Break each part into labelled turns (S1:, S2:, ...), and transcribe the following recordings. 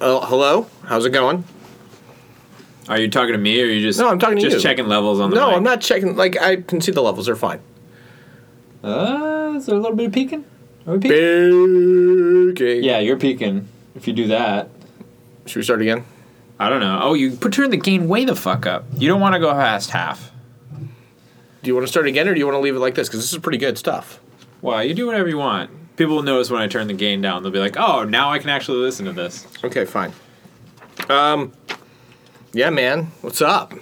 S1: uh, hello, how's it going?
S2: Are you talking to me, or are you just
S1: No, I'm talking to
S2: just
S1: you.
S2: checking levels on the
S1: No,
S2: mic?
S1: I'm not checking. Like I can see the levels are fine.
S2: Uh, is there a little bit of peeking? Are we peeking?
S1: Okay.
S2: Yeah, you're peeking. If you do that,
S1: Should we start again?
S2: I don't know. Oh, you put turn the gain way the fuck up. You don't want to go past half.
S1: Do you want to start again, or do you want to leave it like this? Because this is pretty good stuff.
S2: Well, you do whatever you want. People will notice when I turn the gain down. They'll be like, "Oh, now I can actually listen to this."
S1: Okay, fine. Um, yeah, man, what's up?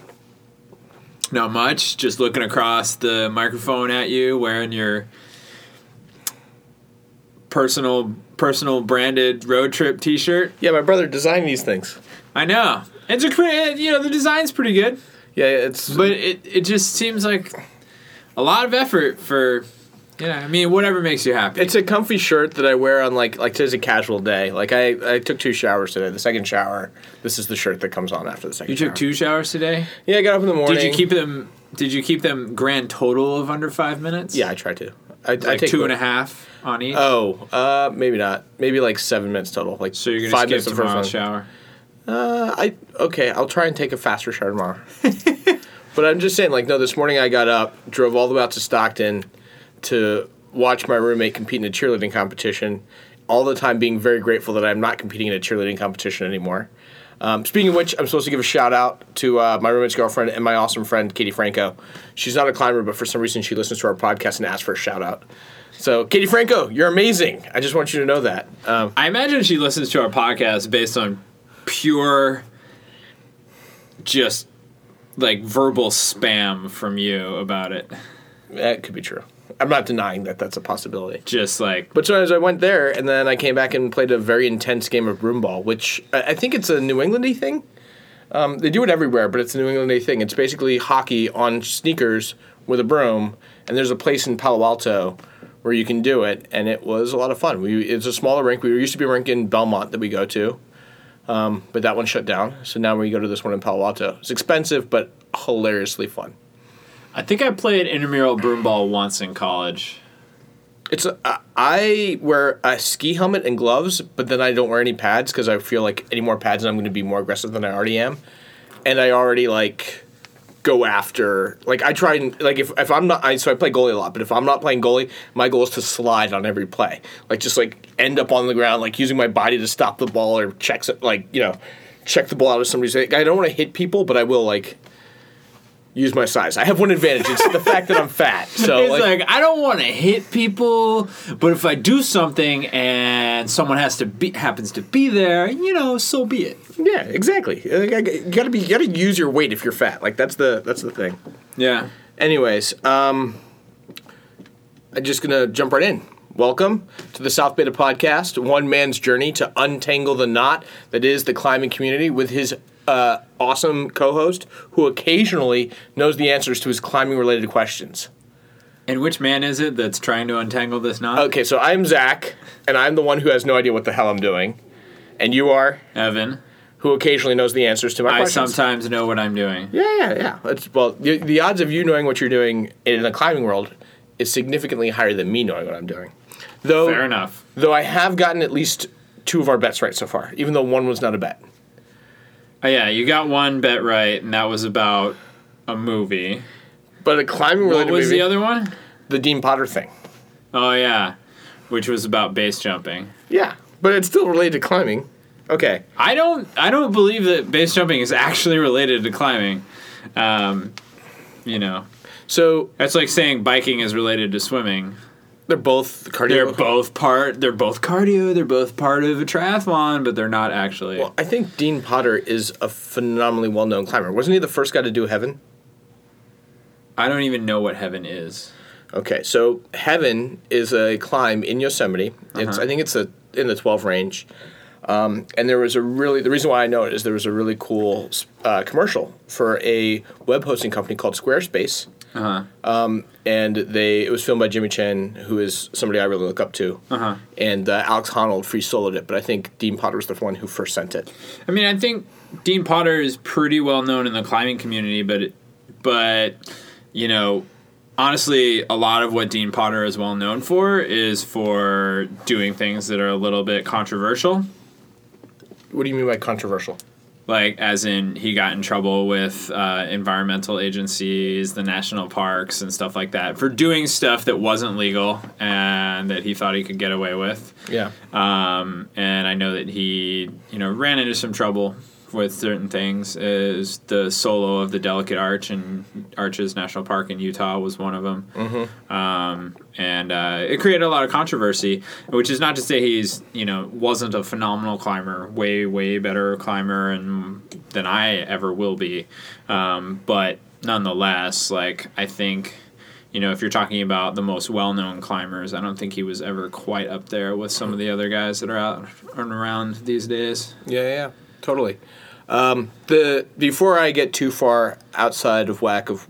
S2: Not much. Just looking across the microphone at you, wearing your personal personal branded road trip T-shirt.
S1: Yeah, my brother designed these things.
S2: I know. It's a pretty, you know, the design's pretty good,
S1: Yeah, it's
S2: but it it just seems like a lot of effort for, you know, I mean, whatever makes you happy.
S1: it's a comfy shirt that I wear on like like today's a casual day. Like I I took two showers today. The second shower, this is the shirt that comes on after the second.
S2: you took
S1: shower.
S2: two showers today.
S1: Yeah, I got up in the morning.
S2: Did you keep them? Did you keep them grand total of under five minutes?
S1: Yeah, I tried to. I, I
S2: like
S1: take
S2: two and a half on each.
S1: Oh, uh, maybe not. Maybe like seven minutes total. Like
S2: so you're gonna
S1: five
S2: skip
S1: minutes the first one.
S2: tomorrow's shower.
S1: Uh, I okay. I'll try and take a faster shower tomorrow. but I'm just saying, like, no. This morning I got up, drove all the way out to Stockton to watch my roommate compete in a cheerleading competition. All the time, being very grateful that I'm not competing in a cheerleading competition anymore. Um, speaking of which, I'm supposed to give a shout out to uh, my roommate's girlfriend and my awesome friend Katie Franco. She's not a climber, but for some reason she listens to our podcast and asks for a shout out. So, Katie Franco, you're amazing. I just want you to know that. Um,
S2: I imagine she listens to our podcast based on pure, just like verbal spam from you about it.
S1: that could be true. I'm not denying that that's a possibility.
S2: Just like
S1: But sometimes I went there, and then I came back and played a very intense game of broom ball, which I I think it's a New Englandy thing. Um, they do it everywhere, but it's a New Englandy thing. It's basically hockey on sneakers with a broom, and there's a place in Palo Alto where you can do it, and it was a lot of fun. We it's a smaller rink. We used to be a rink in Belmont that we go to, um, but that one shut down. So now we go to this one in Palo Alto. It's expensive, but hilariously fun.
S2: I think I played intramural broom ball once in college.
S1: It's uh, I wear a ski helmet and gloves, but then I don't wear any pads because I feel like any more pads, and I'm going to be more aggressive than I already am, and I already like go after like I try and like if, if I'm not I so I play goalie a lot, but if I'm not playing goalie, my goal is to slide on every play, like just like end up on the ground, like using my body to stop the ball or checks it like you know check the ball out of somebody's. Like, I don't want to hit people, but I will like. Use my size. I have one advantage. It's the fact that I'm fat. So
S2: it's like, I don't want to hit people, but if I do something and someone has to be happens to be there, you know, so be it.
S1: Yeah, exactly. Like, I- You gotta be, you gotta use your weight if you're fat. Like that's the that's the thing.
S2: Yeah.
S1: Anyways, um, I'm just gonna jump right in. Welcome to the South Beta Podcast, one man's journey to untangle the knot that is the climbing community, with his uh, awesome co-host, who occasionally knows the answers to his climbing-related questions.
S2: And which man is it that's trying to untangle this knot?
S1: Okay, so I'm Zach, and I'm the one who has no idea what the hell I'm doing, and you are
S2: Evan.
S1: who occasionally knows the answers to my
S2: I
S1: questions.
S2: sometimes know what I'm doing.
S1: Yeah, yeah, yeah. It's, well, the, the odds of you knowing what you're doing in the climbing world is significantly higher than me knowing what I'm doing. Though,
S2: Fair enough.
S1: Though I have gotten at least two of our bets right so far, even though one was not a bet.
S2: Oh, yeah, you got one bet right, and that was about a movie.
S1: But a climbing
S2: What
S1: related
S2: was
S1: movie,
S2: the other one?
S1: the Dean Potter thing.
S2: Oh, yeah, which was about base jumping.
S1: Yeah, but it's still related to climbing. Okay.
S2: I don't I don't believe that base jumping is actually related to climbing. Um, you know,
S1: So
S2: that's like saying biking is related to swimming.
S1: they're both cardio.
S2: They're both part. They're both cardio. They're both part of a triathlon, but they're not actually.
S1: I think Dean Potter is a phenomenally well known climber. Wasn't he the first guy to do heaven?
S2: I don't even know what heaven is.
S1: Okay, so Heaven is a climb in Yosemite. It's I think it's a, in the twelve range, um, and there was a really the reason why I know it is there was a really cool uh, commercial for a web hosting company called Squarespace, Um,
S2: Uh huh.
S1: and they it was filmed by Jimmy Chen, who is somebody I really look up to,
S2: Uh-huh.
S1: and uh, Alex Honnold free soloed it, but I think Dean Potter was the one who first sent it.
S2: I mean, I think Dean Potter is pretty well known in the climbing community, but but you know, honestly, a lot of what Dean Potter is well known for is for doing things that are a little bit controversial.
S1: What do you mean by controversial?
S2: like as in he got in trouble with uh, environmental agencies, the national parks, and stuff like that for doing stuff that wasn't legal and that he thought he could get away with.
S1: Yeah.
S2: Um, and I know that he, you know, ran into some trouble with certain things. Is the solo of the Delicate Arch and Arches National Park in Utah was one of them. Um, and uh, it created a lot of controversy, which is not to say he's you know wasn't a phenomenal climber, way way better climber and than I ever will be. Um, but nonetheless, like I think. You know, if you're talking about the most well-known climbers, I don't think he was ever quite up there with some of the other guys that are out and around these days.
S1: Yeah, yeah, totally. Um, the before I get too far outside of whack of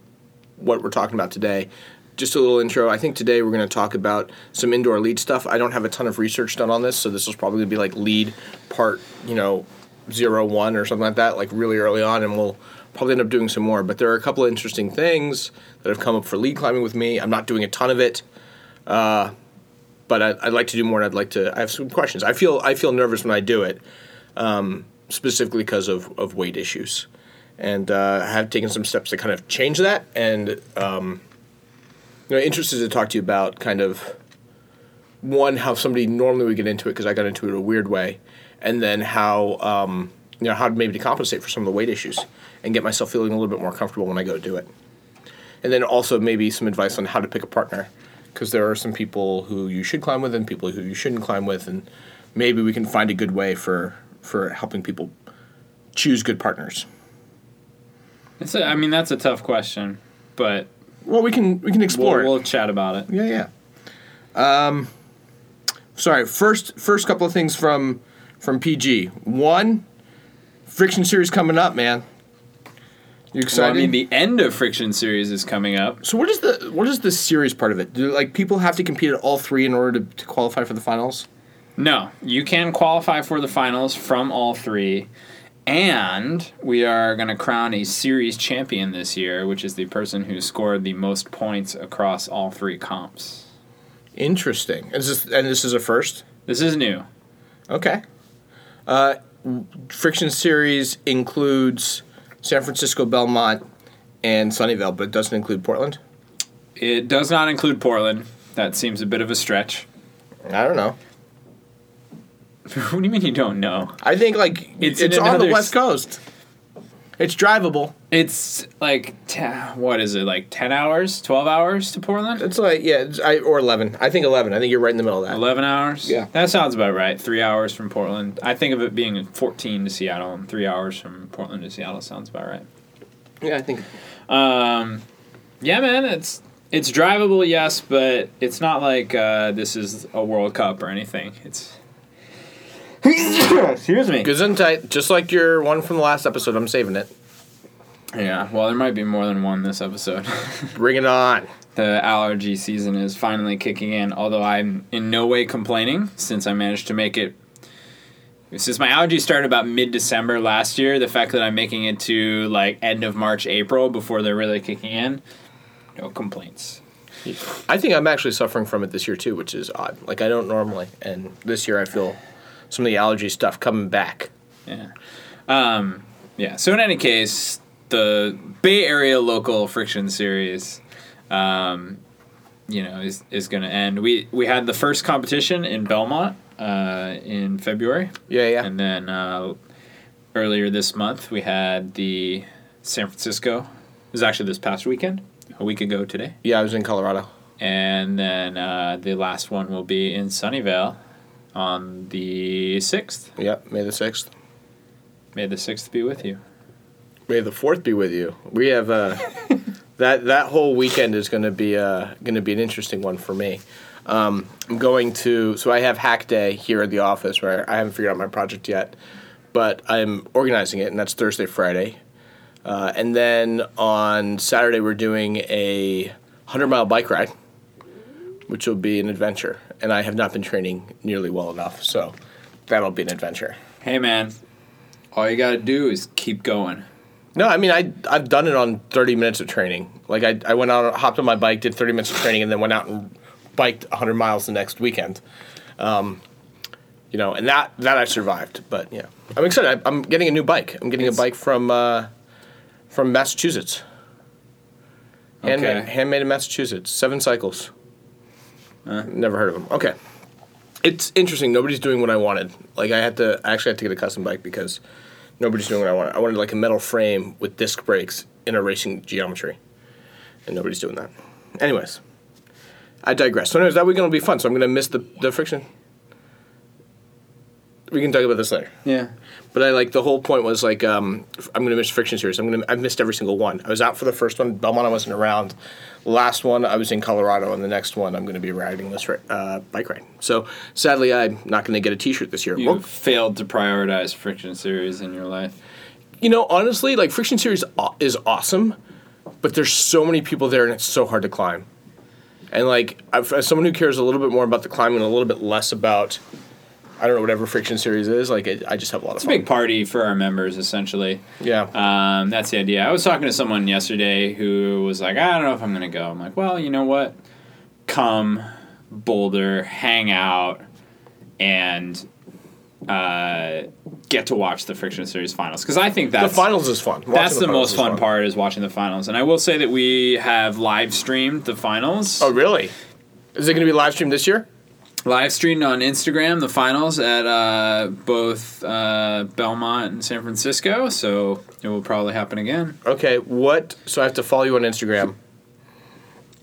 S1: what we're talking about today, just a little intro. I think today we're going to talk about some indoor lead stuff. I don't have a ton of research done on this, so this is probably going to be like lead part, you know, zero one or something like that, like really early on, and we'll probably end up doing some more. But there are a couple of interesting things that have come up for lead climbing with me. I'm not doing a ton of it uh, but I, I'd like to do more, and I'd like to. I have some questions. I feel I feel nervous when I do it, um, specifically because of, of weight issues, and uh, I have taken some steps to kind of change that. And um, you know, interested to talk to you about kind of one how somebody normally would get into it because I got into it a weird way, and then how um, you know how maybe to compensate for some of the weight issues and get myself feeling a little bit more comfortable when I go do it and then also maybe some advice on how to pick a partner because there are some people who you should climb with and people who you shouldn't climb with and maybe we can find a good way for for helping people choose good partners
S2: It's a, I mean, that's a tough question, but
S1: well we can we can explore
S2: we'll,
S1: it.
S2: we'll chat about it.
S1: yeah yeah um sorry first first couple of things from from pg one friction series coming up man you
S2: So, I
S1: excited
S2: mean, the end of Friction Series is coming up.
S1: so what is the what is the series part of it do like people have to compete at all three in order to, to qualify for the finals
S2: No, you can qualify for the finals from all three. And we are going to crown a series champion this year, which is the person who scored the most points across all three comps.
S1: Interesting. Is this, and this is a first?
S2: This is new.
S1: Okay. Uh, Friction Series includes San Francisco, Belmont, and Sunnyvale, but it doesn't include Portland?
S2: It does not include Portland. That seems a bit of a stretch.
S1: I don't know.
S2: what do you mean you don't know?
S1: I think, like,
S2: It's
S1: it's,
S2: in
S1: on the
S2: another
S1: West
S2: s-
S1: Coast. It's drivable.
S2: It's like, te- what is it, like 10 hours, 12 hours to Portland?
S1: It's like, yeah, it's, I, or 11. I think 11. I think you're right in the middle of that.
S2: 11 hours?
S1: Yeah.
S2: That sounds about right. Three hours from Portland. I think of it being 14 to Seattle, and three hours from Portland to Seattle sounds about right.
S1: Yeah, I think.
S2: Um, yeah, man, it's it's drivable, yes, but it's not like uh, this is a World Cup or anything. It's excuse me.
S1: Gesundheit, just like your one from the last episode, I'm saving it.
S2: Yeah, well, there might be more than one this episode.
S1: Bring it on.
S2: the allergy season is finally kicking in, although I'm in no way complaining since I managed to make it. Since my allergies started about mid December last year, the fact that I'm making it to like end of March, April before they're really kicking in, no complaints.
S1: I think I'm actually suffering from it this year too, which is odd. Like I don't normally, and this year I feel some of the allergy stuff coming back.
S2: Yeah. Um, yeah. So in any case, the Bay Area local friction series, um, you know, is is going to end. We we had the first competition in Belmont uh, in February,
S1: Yeah, yeah.
S2: and then uh, earlier this month we had the San Francisco. It was actually this past weekend, a week ago today,
S1: yeah, I was in Colorado.
S2: and then uh, the last one will be in Sunnyvale on the sixth.
S1: Yep, May the sixth.
S2: May the sixth be with you.
S1: May the fourth be with you. We have uh, that that whole weekend is going to be uh, going to be an interesting one for me. Um, I'm going to so I have hack day here at the office where I haven't figured out my project yet, but I'm organizing it, and that's Thursday, Friday, uh, and then on Saturday we're doing a hundred mile bike ride, which will be an adventure, and I have not been training nearly well enough, so that'll be an adventure.
S2: Hey man, all you gotta do is keep going.
S1: No, I mean I I've done it on 30 minutes of training. Like I I went out hopped on my bike, did 30 minutes of training and then went out and biked 100 miles the next weekend. Um you know, and that that I survived. But yeah, I'm excited. I, I'm getting a new bike. I'm getting a bike from uh, from Massachusetts. Handmade,
S2: Okay.
S1: handmade in Massachusetts. Seven cycles. Never heard of them. Okay. It's interesting. Nobody's doing what I wanted. Like I had to I actually had to get a custom bike because nobody's doing what I wanted. I wanted like a metal frame with disc brakes in a racing geometry, and nobody's doing that. Anyways, I digress. So anyways, that weekend will be fun. So I'm gonna miss the the friction. We can talk about this later.
S2: Yeah.
S1: But I like the whole point was like um, f- I'm gonna miss friction series. I'm gonna I've missed every single one. I was out for the first one. Belmont I wasn't around. Last one I was in Colorado, and the next one I'm gonna be riding this ri- uh, bike ride. So sadly I'm not gonna get a T-shirt this year.
S2: You
S1: Well,
S2: failed to prioritize friction series in your life.
S1: you know honestly like friction series aw- is awesome, but there's so many people there and it's so hard to climb. And like I've, as someone who cares a little bit more about the climbing and a little bit less about I don't know whatever friction series is like it, I just have a lot of
S2: It's a
S1: fun.
S2: big party for our members, essentially.
S1: yeah.
S2: Um, that's the idea. I was talking to someone yesterday who was like, I don't know if I'm going to go. I'm like, well, you know what? Come, Boulder, hang out, and uh, get to watch the Friction Series finals. Because I think
S1: the
S2: that's
S1: finals is fun. Watching
S2: that's the,
S1: finals
S2: most
S1: is
S2: fun, part is watching the finals. And I will say that we have live streamed the finals.
S1: Oh, really? Is it going to be live streamed this year?
S2: Live streamed on Instagram the finals at uh, both uh, Belmont and San Francisco. So it will probably happen again.
S1: Okay. What? So I have to follow you on Instagram.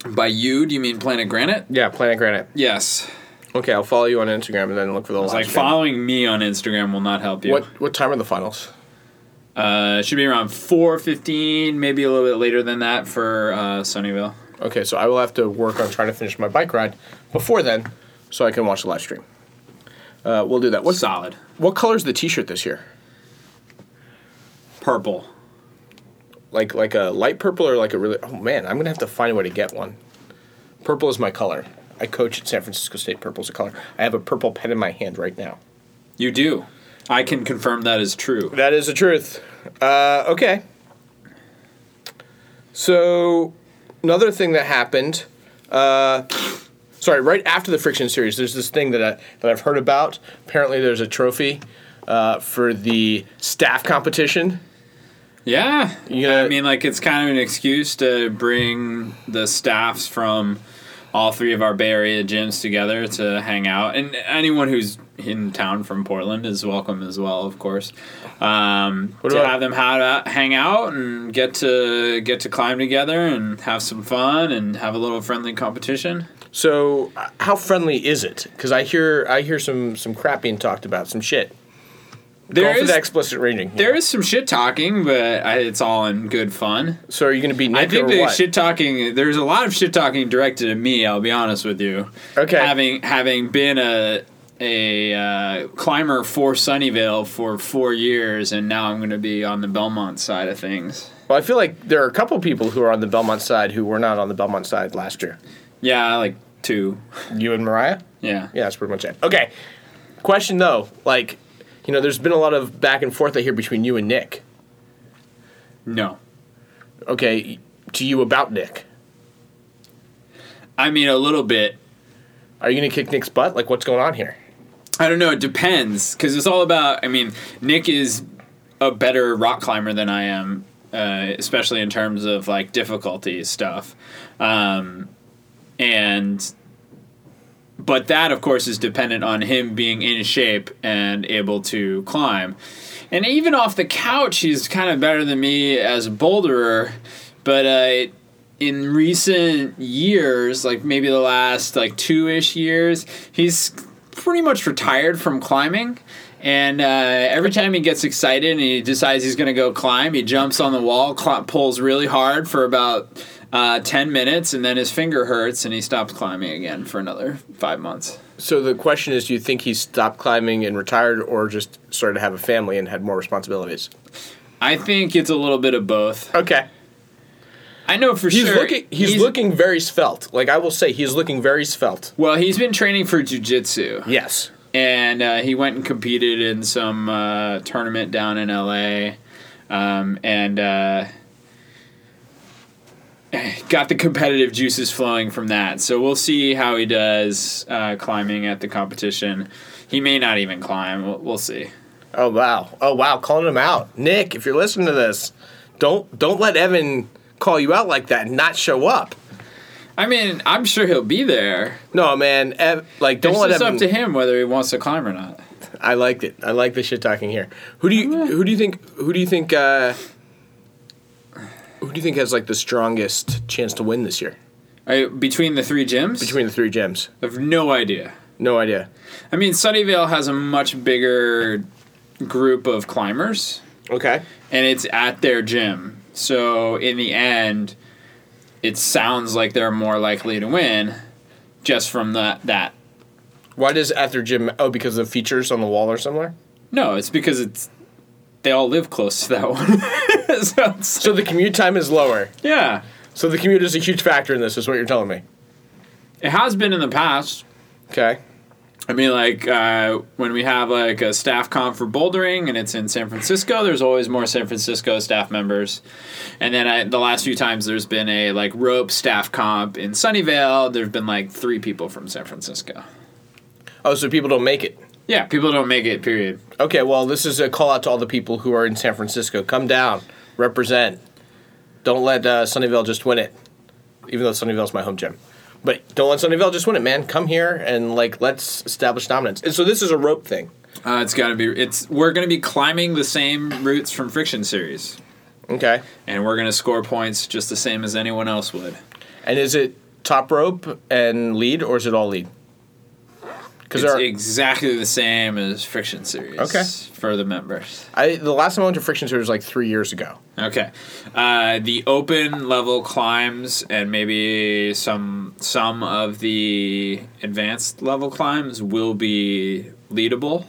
S2: By you, do you mean Planet Granite?
S1: Yeah, Planet Granite.
S2: Yes.
S1: Okay, I'll follow you on Instagram and then look for the live
S2: It's like
S1: stream.
S2: following me on Instagram will not help you.
S1: What What time are the finals?
S2: Uh, it should be around four fifteen, maybe a little bit later than that for uh, Sunnyvale.
S1: Okay, so I will have to work on trying to finish my bike ride before then, so I can watch the live stream. Uh, we'll do that. What's
S2: Solid
S1: what color is the T-shirt this year?
S2: purple.
S1: Like like a light purple or like a really? Oh man, I'm gonna have to find a way to get one. Purple is my color. I coach at San Francisco State. Purple's a color. I have a purple pen in my hand right now.
S2: You do. I can confirm that is true.
S1: That is the truth. Uh, okay. So, another thing that happened, uh, sorry, right after the Friction series, there's this thing that, I, that I've heard about. Apparently, there's a trophy uh, for the staff competition.
S2: Yeah.
S1: Yeah.
S2: I mean, like it's kind of an excuse to bring the staffs from all three of our Bay Area gyms together to hang out, and anyone who's in town from Portland is welcome as well, of course. Um, to
S1: about-
S2: have them how to hang out and get to get to climb together and have some fun and have a little friendly competition.
S1: So, uh, how friendly is it? Because I hear I hear some some crap being talked about, some shit.
S2: There
S1: Going for
S2: is
S1: the explicit rating.
S2: there is some shit talking, but I, it's all in good fun.
S1: So, are you going to be Nick
S2: I think
S1: or
S2: the
S1: what?
S2: shit talking. There's a lot of shit talking directed at me. I'll be honest with you.
S1: Okay.
S2: Having having been a a uh, climber for Sunnyvale for four years, and now I'm going to be on the Belmont side of things.
S1: well, I feel like there are a couple people who are on the Belmont side who were not on the Belmont side last year.
S2: Yeah, like two.
S1: You and Mariah.
S2: Yeah.
S1: Yeah, that's pretty much it. Okay. Question though, like, you know, there's been a lot of back and forth I hear between you and Nick.
S2: No.
S1: Okay, to you about Nick.
S2: I mean, a little bit.
S1: Are you gonna kick Nick's butt? Like, what's going on here?
S2: I don't know. It depends because it's all about. I mean, Nick is a better rock climber than I am, uh, especially in terms of like difficulty stuff, um, and but that of course is dependent on him being in shape and able to climb, and even off the couch, he's kind of better than me as a boulderer, but. Uh, in recent years, like maybe the last like two ish years, he's pretty much retired from climbing. And uh, every time he gets excited and he decides he's going to go climb, he jumps on the wall, cl- pulls really hard for about uh, 10 minutes, and then his finger hurts and he stops climbing again for another five months.
S1: So the question is, do you think he stopped climbing and retired, or just started to have a family and had more responsibilities?
S2: I think it's a little bit of both.
S1: Okay.
S2: I know for
S1: He's
S2: sure.
S1: looking. He's, looking very svelte. Like I will say, he's looking very svelte.
S2: Well, he's been training for jujitsu.
S1: Yes.
S2: and uh, he went and competed in some uh, tournament down in LA, um, and uh, got the competitive juices flowing from that. So we'll see how he does uh, climbing at the competition. He may not even climb. We'll, we'll see.
S1: Oh wow. Oh wow. Calling him out, Nick. If you're listening to this, don't don't let Evan call you out like that and not show up.
S2: I mean, I'm sure he'll be there.
S1: No, man. Ev, like, don't
S2: It's
S1: let
S2: just
S1: Evan.
S2: up to him whether he wants to climb or not.
S1: I liked it. I like the shit talking here. Who do you who do you think who do you think uh, who do you think has like the strongest chance to win this year
S2: I, between the three gyms,
S1: between the three gems?
S2: I have no idea.
S1: No idea.
S2: I mean, Sunnyvale has a much bigger group of climbers,
S1: Okay.
S2: and it's at their gym. So in the end, it sounds like they're more likely to win just from that. That
S1: Why does at their gym? Oh, because of features on the wall or somewhere.
S2: no, it's because it's they all live close to that one. so it's,
S1: So the commute time is lower.
S2: yeah,
S1: So the commute is a huge factor in this. Is what you're telling me.
S2: it has been in the past.
S1: Okay.
S2: I mean, like uh, when we have like a staff comp for bouldering, and it's in San Francisco. There's always more San Francisco staff members, and then I, the last few times there's been a like rope staff comp in Sunnyvale. There've been like three people from San Francisco.
S1: Oh, so people don't make it.
S2: Yeah, people don't make it. Period.
S1: Okay. Well, this is a call out to all the people who are in San Francisco. Come down, represent. Don't let uh, Sunnyvale just win it, even though Sunnyvale's my home gym. But don't let Sunnyvale just win it, man. Come here and like let's establish dominance. And so this is a rope thing.
S2: Uh, it's got to be. It's we're going to be climbing the same routes from Friction Series,
S1: Okay.
S2: and we're going to score points just the same as anyone else would.
S1: And is it top rope and lead, or is it all lead? Because
S2: It's exactly the same as Friction Series.
S1: Okay.
S2: For the members.
S1: I the last time I went to Friction Series was like three years ago.
S2: Okay. Uh, the open level climbs and maybe some some of the advanced level climbs will be leadable.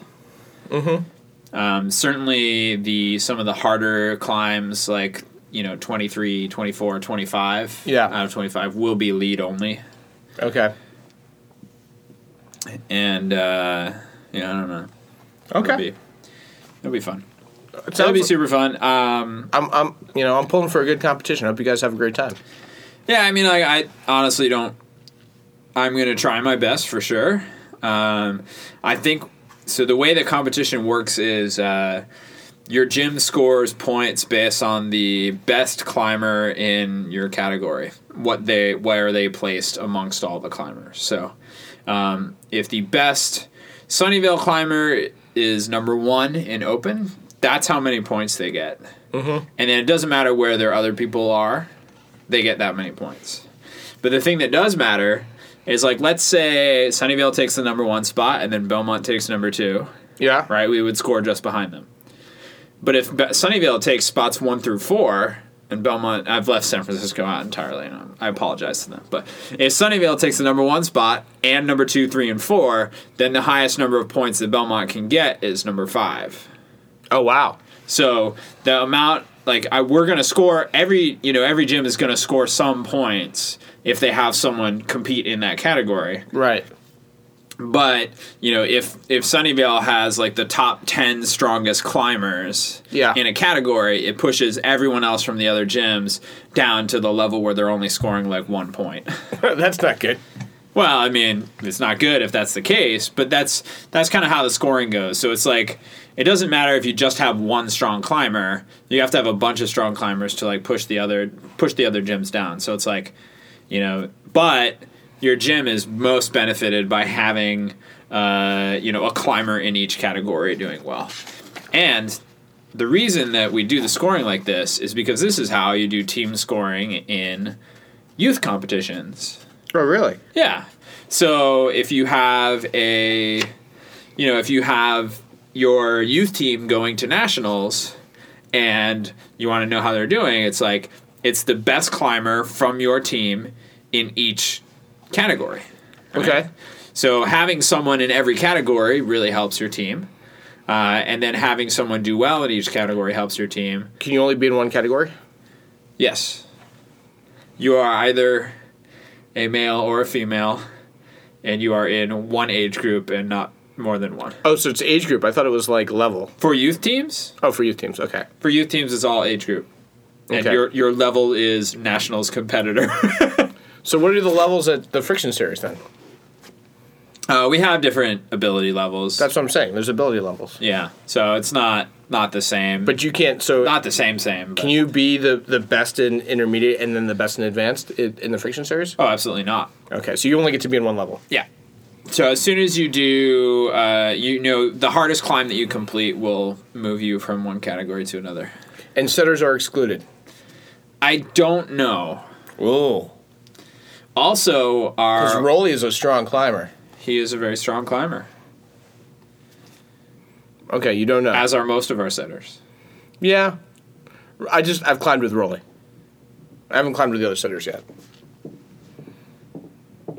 S2: Mm-hmm. Um, certainly the some of the harder climbs like you know 23 24 25
S1: Yeah.
S2: out of 25 will be lead only
S1: Okay.
S2: and uh yeah i don't know it'll
S1: Okay.
S2: be, it'll be fun
S1: It
S2: it'll
S1: sounds-
S2: be super fun um
S1: I'm, I'm, you know, I'm pulling for a good competition. I hope you guys have a great time.
S2: Yeah, I mean, like I honestly don't. I'm gonna try my best for sure. Um, I think so. The way the competition works is uh, your gym scores points based on the best climber in your category. What they where they placed amongst all the climbers. So, um, if the best Sunnyvale climber is number one in open, that's how many points they get. Mm-hmm. And then it doesn't matter where their other people are they get that many points. But the thing that does matter is like let's say Sunnyvale takes the number one spot and then Belmont takes number two,
S1: Yeah.
S2: right? We would score just behind them. But if Be- Sunnyvale takes spots one through four and Belmont, I've left San Francisco out entirely, and I'm- I apologize to them. But if Sunnyvale takes the number one spot and number two, three, and four, then the highest number of points that Belmont can get is number five.
S1: Oh wow.
S2: So the amount like I, we're gonna score every you know every gym is gonna score some points if they have someone compete in that category.
S1: Right.
S2: But you know if if Sunnyvale has like the top ten strongest climbers
S1: Yeah.
S2: in a category, it pushes everyone else from the other gyms down to the level where they're only scoring like one point.
S1: That's not good.
S2: Well, I mean, it's not good if that's the case, but that's that's kind of how the scoring goes. So it's like it doesn't matter if you just have one strong climber. You have to have a bunch of strong climbers to like push the other push the other gyms down. So it's like, you know, but your gym is most benefited by having uh, you know, a climber in each category doing well. And the reason that we do the scoring like this is because this is how you do team scoring in youth competitions.
S1: Oh really?
S2: Yeah. So if you have a, you know, if you have your youth team going to nationals and you want to know how they're doing, it's like it's the best climber from your team in each category.
S1: Okay.
S2: So having someone in every category really helps your team. Uh, and then having someone do well in each category helps your team.
S1: Can you only be in one category?
S2: Yes. You are either a male or a female, and you are in one age group and not more than one.
S1: Oh, so it's age group. I thought it was like level.
S2: For youth teams,
S1: Oh, for youth teams. Okay.
S2: for youth teams, it's all age group. And
S1: Okay.
S2: your, your level is nationals competitor.
S1: So what are the levels at the friction series then?
S2: Uh, we have different ability levels.
S1: That's what I'm saying. There's ability levels,
S2: yeah. So it's not not the same.
S1: but you can't. So
S2: not the same same.
S1: can you be the the best in intermediate and then the best in advanced in, in the friction series?
S2: Oh, absolutely not.
S1: Okay, so you only get to be in one level.
S2: Yeah. So as soon as you do, uh, you know the hardest climb that you complete will move you from one category to another.
S1: And setters are excluded.
S2: I don't know.
S1: Ooh.
S2: Also,
S1: Because
S2: our
S1: Rolly is a strong climber.
S2: he is a very strong climber,
S1: Okay, you don't know.
S2: as are most of our setters.
S1: yeah. I just, I've climbed with Rolly. I haven't climbed with the other setters yet.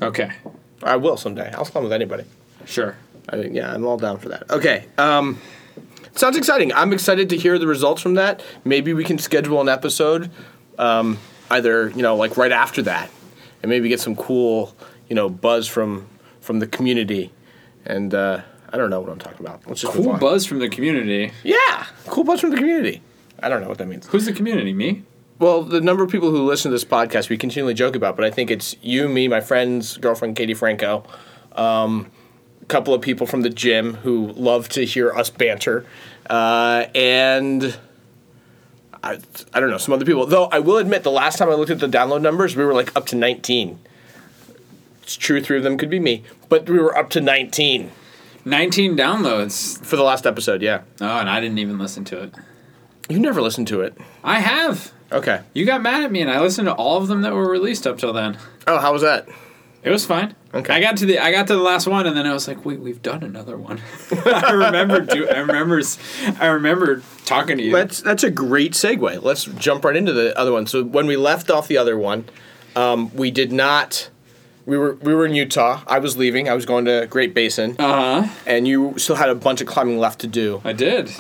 S2: Okay,
S1: I will someday. I'll climb with anybody.
S2: sure.
S1: I think, yeah, I'm all down for that. Okay. Um, sounds exciting. I'm excited to hear the results from that. Maybe we can schedule an episode, um, either you know, like right after that, and maybe get some cool, you know, buzz from from the community. And uh, I don't know what I'm talking about. Let's just move
S2: Cool
S1: on.
S2: buzz from the community.
S1: Yeah, cool buzz from the community. I don't know what that means.
S2: Who's the community? Me.
S1: Well, the number of people who listen to this podcast we continually joke about, but I think it's you, me, my friends, girlfriend Katie Franco, um, a couple of people from the gym who love to hear us banter, uh, and I, I don't know some other people. Though I will admit, the last time I looked at the download numbers, we were like up to nineteen. It's true, three of them could be me, but we were up to nineteen
S2: Nineteen downloads.
S1: for the last episode. Yeah,
S2: Oh, and I didn't even listen to it.
S1: you never listened to it.
S2: I have.
S1: Okay.
S2: You got mad at me, and I listened to all of them that were released up till then.
S1: Oh, how was that?
S2: It was fine.
S1: Okay.
S2: I got to the I got to the last one, and then I was like, "Wait, we've done another one." I remember. Do, I remember. s- I remember talking to you.
S1: That's that's a great segue. Let's jump right into the other one. So when we left off the other one, um, we did not. We were we were in Utah. I was leaving. I was going to Great Basin,
S2: uh huh.
S1: and you still had a bunch of climbing left to do.
S2: I did.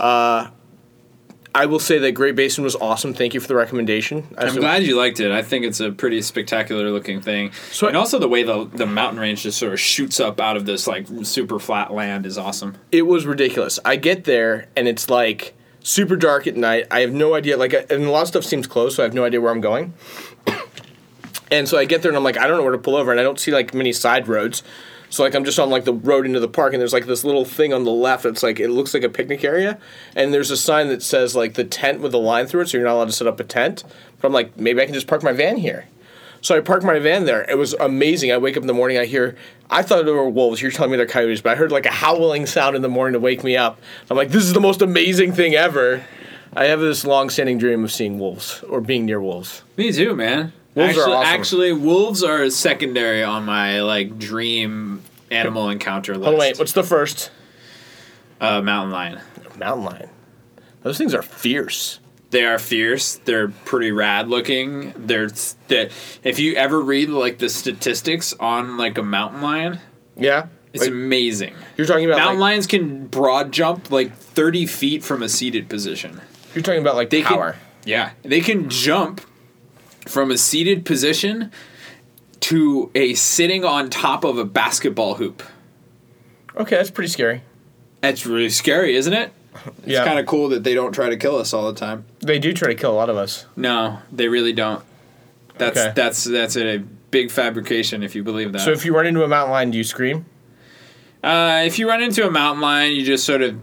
S1: I will say that Great Basin was awesome. Thank you for the recommendation. I
S2: I'm
S1: still-
S2: glad you liked it. I think it's a pretty spectacular looking thing.
S1: So-
S2: and also the way the the mountain range just sort of shoots up out of this like super flat land is awesome.
S1: it was ridiculous. I get there and it's like super dark at night. I have no idea. Like, I- and a lot of stuff seems closed, so I have no idea where I'm going. and so I get there and I'm like, I don't know where to pull over, and I don't see like many side roads. So like I'm just on like the road into the park, and there's like this little thing on the left that's like it looks like a picnic area, and there's a sign that says like the tent with a line through it, so you're not allowed to set up a tent. But I'm like, maybe I can just park my van here. So I parked my van there. It was amazing. I wake up in the morning. I hear. I thought they were wolves. You're telling me they're coyotes, but I heard like a howling sound in the morning to wake me up. I'm like, this is the most amazing thing ever. I have this long-standing dream of seeing wolves or being near wolves.
S2: Me too, man.
S1: Wolves are
S2: actually,
S1: awesome.
S2: actually, wolves are secondary on my like dream animal encounter list.
S1: Oh wait, what's the first?
S2: uh, mountain lion.
S1: Mountain lion. Those things are fierce.
S2: They are fierce. They're pretty rad looking. They're that if you ever read like the statistics on like a mountain lion,
S1: Yeah.
S2: it's amazing.
S1: You're talking about
S2: Mountain
S1: like,
S2: lions can broad jump like thirty feet from a seated position.
S1: you're talking about like
S2: They can-
S1: power.
S2: yeah, they can jump from a seated position to a sitting on top of a basketball hoop.
S1: okay, that's pretty scary.
S2: That's really scary, isn't it? It's
S1: yeah.
S2: kind of cool that they don't try to kill us all the time.
S1: they do try to kill a lot of us.
S2: No, they really don't. That's
S1: Okay.
S2: that's that's a big fabrication if you believe that.
S1: So if you run into a mountain lion, do you scream?
S2: uh, if you run into a mountain lion, you just sort of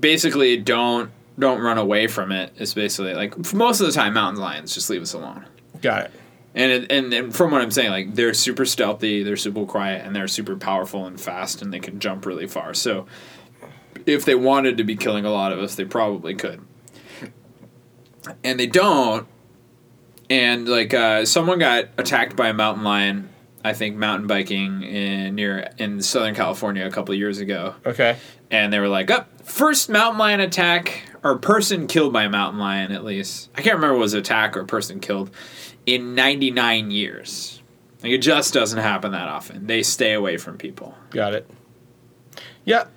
S2: basically don't don't run away from it. It's basically like f- most of the time mountain lions just leave us alone.
S1: Got it.
S2: And, it, and and from what I'm saying, like they're super stealthy, they're super quiet, and they're super powerful and fast, and they can jump really far. So if they wanted to be killing a lot of us, they probably could. And they don't. And like uh, someone got attacked by a mountain lion. I think mountain biking in near in Southern California a couple of years ago,
S1: Okay.
S2: and they were like, "Up first mountain lion attack or person killed by a mountain lion at least." I can't remember if it was attack or person killed in 99 years. Like it just doesn't happen that often. They stay away from people.
S1: Got it. Yeah.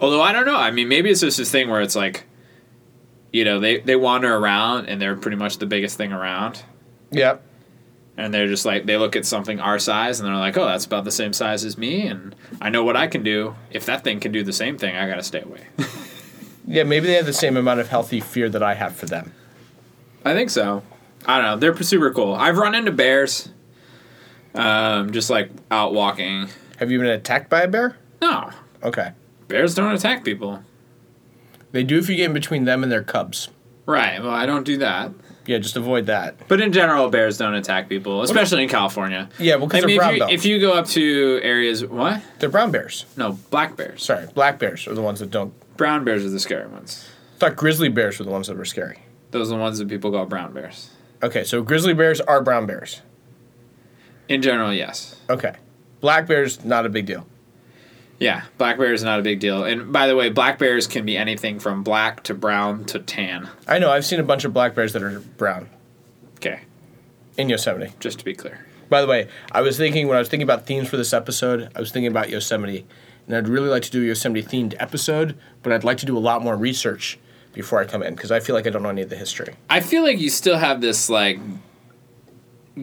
S2: Although I don't know. I mean, maybe it's just this thing where it's like, you know, they they wander around and they're pretty much the biggest thing around.
S1: Yeah.
S2: And they're just like they look at something our size and they're like, "Oh, that's about the same size as me, and I know what I can do. If that thing can do the same thing, I gotta stay away."
S1: Yeah, maybe they have the same amount of healthy fear that I have for them.
S2: I think so. I don't know. They're super cool. I've run into bears, um, just like out walking.
S1: Have you been attacked by a bear?
S2: No,
S1: Okay.
S2: bears don't attack people.
S1: They do if you get in between them and their cubs.
S2: Right. Well, I don't do that.
S1: Yeah, just avoid that.
S2: But in general, bears don't attack people, especially in California.
S1: Yeah, well, 'cause
S2: I
S1: they're
S2: mean,
S1: brown
S2: if you,
S1: belts.
S2: if you go up to areas, what?
S1: They're brown bears.
S2: No, black bears.
S1: Sorry, black bears are the ones that don't.
S2: Brown bears are the scary ones.
S1: I thought grizzly bears were the ones that were scary.
S2: Those are the ones that people call brown bears.
S1: Okay, so grizzly bears are brown bears.
S2: In general, yes.
S1: Okay. Black bears, not a big deal.
S2: Yeah, black bear is not a big deal. And by the way, black bears can be anything from black to brown to tan.
S1: I know, I've seen a bunch of black bears that are brown
S2: Okay,
S1: in Yosemite.
S2: just to be clear.
S1: By the way, I was thinking when I was thinking about themes for this episode, I was thinking about Yosemite, and I'd really like to do a Yosemite themed episode, but I'd like to do a lot more research before I come in because I feel like I don't know any of the history.
S2: I feel like you still have this like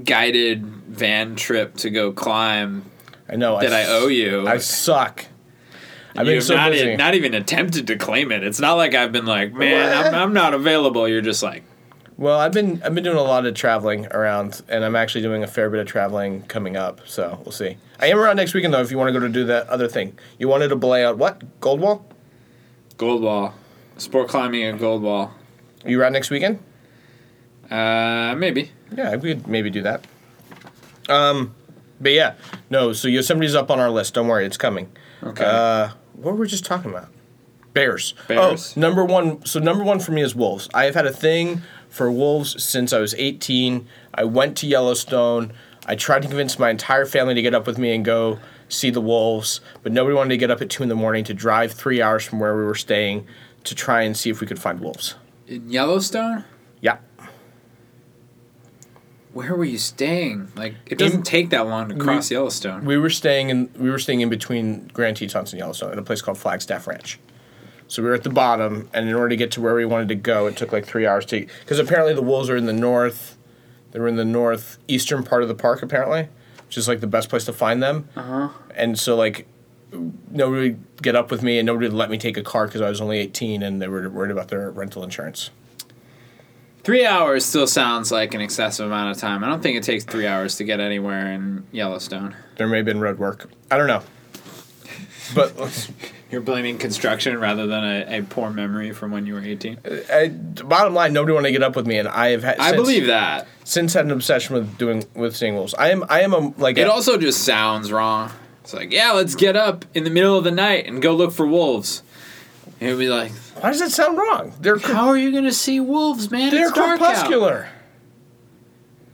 S2: guided van trip to go climb.
S1: I know
S2: That I
S1: s-
S2: owe you.
S1: I suck. I've
S2: you
S1: been
S2: have
S1: so
S2: not,
S1: busy.
S2: e- not even attempted to claim it. It's not like I've been like, man, I'm, I'm not available. You're just like,
S1: well, I've been I've been doing a lot of traveling around, and I'm actually doing a fair bit of traveling coming up. So we'll see. I am around next weekend though. If you want to go to do that other thing, you wanted to belay out what Goldwall?
S2: gold ball, sport climbing at gold ball.
S1: You around next weekend?
S2: Uh, maybe.
S1: Yeah, we could maybe do that. Um, but yeah, no. So Yosemite's up on our list. Don't worry, it's coming.
S2: Okay.
S1: Uh, what were we just talking about? Bears.
S2: Bears.
S1: Oh, number one. So number one for me is wolves. I have had a thing for wolves since I was 18. I went to Yellowstone. I tried to convince my entire family to get up with me and go see the wolves, but nobody wanted to get up at two in the morning to drive three hours from where we were staying to try and see if we could find wolves.
S2: in Yellowstone?
S1: Yeah.
S2: Where were you staying? Like, it doesn't take that long to cross Yellowstone.
S1: We were staying in we were staying in between Grand Tetons and Yellowstone at a place called Flagstaff Ranch. So we were at the bottom, and in order to get to where we wanted to go, it took like three hours to because apparently the wolves are in the north. They were in the northeastern part of the park apparently, which is like the best place to find them. Uh-huh. And so like nobody would get up with me, and nobody would let me take a car because I was only eighteen, and they were worried about their rental insurance.
S2: Three hours still sounds like an excessive amount of time. I don't think it takes three hours to get anywhere in Yellowstone.
S1: There may have been road work. I don't know, but.
S2: You're blaming construction rather than a, a poor memory from when you were 18.
S1: I, bottom line, nobody wanted to get up with me, and I have had.
S2: I
S1: since-
S2: believe that.
S1: since had an obsession with doing with seeing wolves. I am I am a like
S2: It
S1: a-
S2: also just sounds wrong. It's like, yeah, let's get up in the middle of the night and go look for wolves. And it'd be like,
S1: why does that sound wrong? They're cre-
S2: how are you going to see wolves, man?
S1: they're
S2: it's dark out.
S1: crepuscular.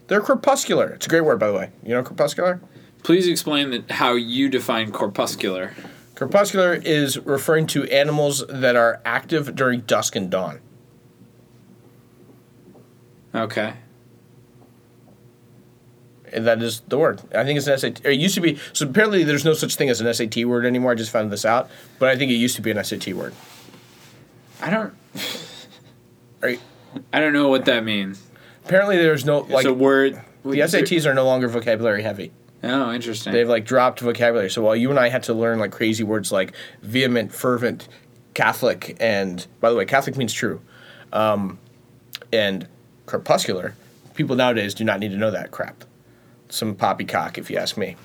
S1: They're crepuscular. It's a great word by the way. You know crepuscular?
S2: Please explain that how you define corpuscular.
S1: Crepuscular is referring to animals that are active during dusk and dawn.
S2: Okay.
S1: And that is the word. I think it's an SAT. or It used to be. So apparently, there's no such thing as an SAT word anymore. I just found this out. But I think it used to be an SAT word.
S2: I don't.
S1: All right.
S2: I don't know what that means.
S1: Apparently, there's no like
S2: it's a word.
S1: the SATs are no longer vocabulary heavy.
S2: Oh, interesting.
S1: They've like dropped vocabulary. So while you and I had to learn like crazy words like vehement, fervent, Catholic, and by the way, Catholic means true, um, and crepuscular, people nowadays do not need to know that crap. Some poppycock, if you ask me.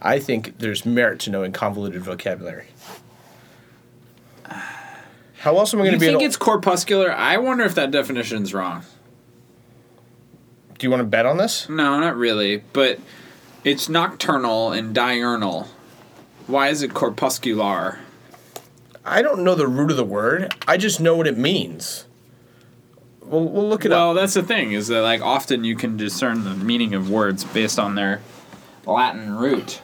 S1: I think there's merit to knowing convoluted vocabulary. How else am I going
S2: You
S1: to be?
S2: think
S1: able-
S2: it's corpuscular? I wonder if that definition's wrong.
S1: do you want to bet on this?
S2: No, not really. But it's nocturnal and diurnal. Why is it corpuscular?
S1: I don't know the root of the word. I just know what it means. We'll, we'll look it up.
S2: Well, that's the thing is that like often you can discern the meaning of words based on their Latin root.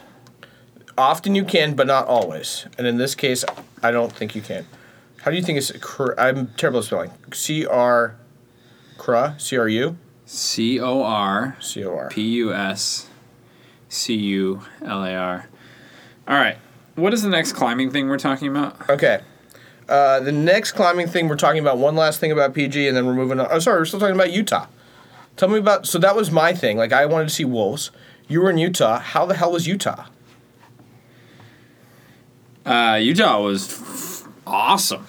S1: Often you can, but not always. And in this case, I don't think you can. How do you think it's? Cr- I'm terrible at spelling. C R, cru, C R U,
S2: C O R
S1: C O R.
S2: P U S C U L A R. All right. What is the next climbing thing we're talking about?
S1: Okay. Uh, the next climbing thing we're talking about. One last thing about PG, and then we're moving on. I'm sorry, we're still talking about Utah. Tell me about. So that was my thing. Like I wanted to see wolves. You were in Utah. How the hell was Utah?
S2: Uh, Utah was f- awesome.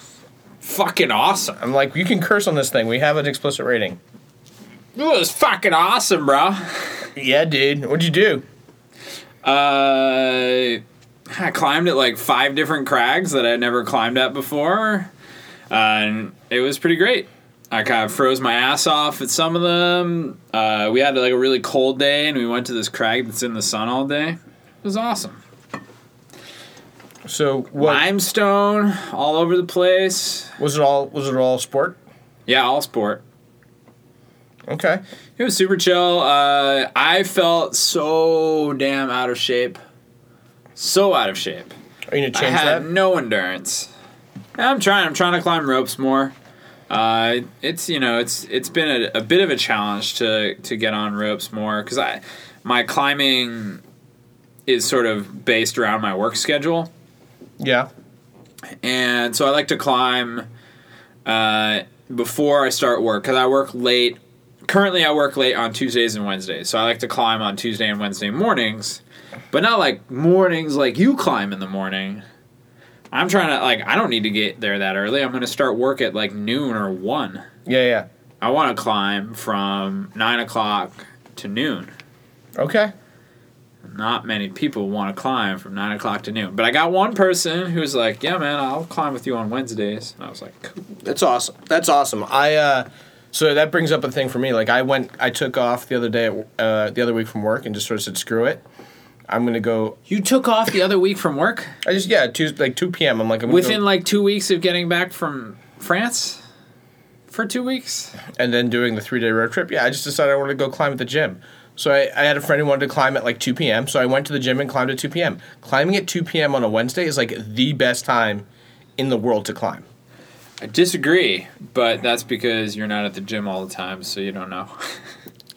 S2: Fucking awesome.
S1: I'm like, you can curse on this thing. We have an explicit rating.
S2: It was fucking awesome, bro.
S1: Yeah, dude. What'd you do?
S2: Uh, I climbed at like five different crags that I'd never climbed at before, uh, and it was pretty great. I kind of froze my ass off at some of them. Uh, we had like a really cold day, and we went to this crag that's in the sun all day. It was awesome.
S1: So what
S2: Limestone all over the place.
S1: was it all? Was it all sport?
S2: Yeah, all sport.
S1: Okay.
S2: It was super chill. Uh, I felt so damn out of shape. So out of shape.
S1: Are you gonna
S2: I
S1: change
S2: had
S1: that?
S2: no endurance. I'm trying. I'm trying to climb ropes more. Uh, it's you know it's it's been a, a bit of a challenge to to get on ropes more because I my climbing is sort of based around my work schedule
S1: yeah.
S2: and so I like to climb uh, before I start work because I work late. Currently, I work late on Tuesdays and Wednesdays, so I like to climb on Tuesday and Wednesday mornings, but not like mornings like you climb in the morning. I'm trying to like I don't need to get there that early. I'm going to start work at like noon or one.
S1: Yeah. Yeah.
S2: I want to climb from nine o'clock to noon.
S1: Okay.
S2: Not many people want to climb from nine o'clock to noon, but I got one person who's like, "Yeah, man, I'll climb with you on Wednesdays," and I was like, "Cool."
S1: That's awesome. That's awesome. I uh, so that brings up a thing for me. Like I went, I took off the other day, at, uh, the other week from work, and just sort of said, "Screw it, I'm gonna go."
S2: You took off the other week from work
S1: I just yeah, Tuesday, like two p.m. I'm like I'm gonna
S2: within
S1: go-
S2: like two weeks of getting back from France for two weeks.
S1: and then doing the three day road trip. Yeah, I just decided I wanted to go climb at the gym. So I, I had a friend who wanted to climb at like 2 p.m. So I went to the gym and climbed at 2 p.m. Climbing at 2 p.m. on a Wednesday is like the best time in the world to climb.
S2: I disagree, but that's because you're not at the gym all the time, so you don't know.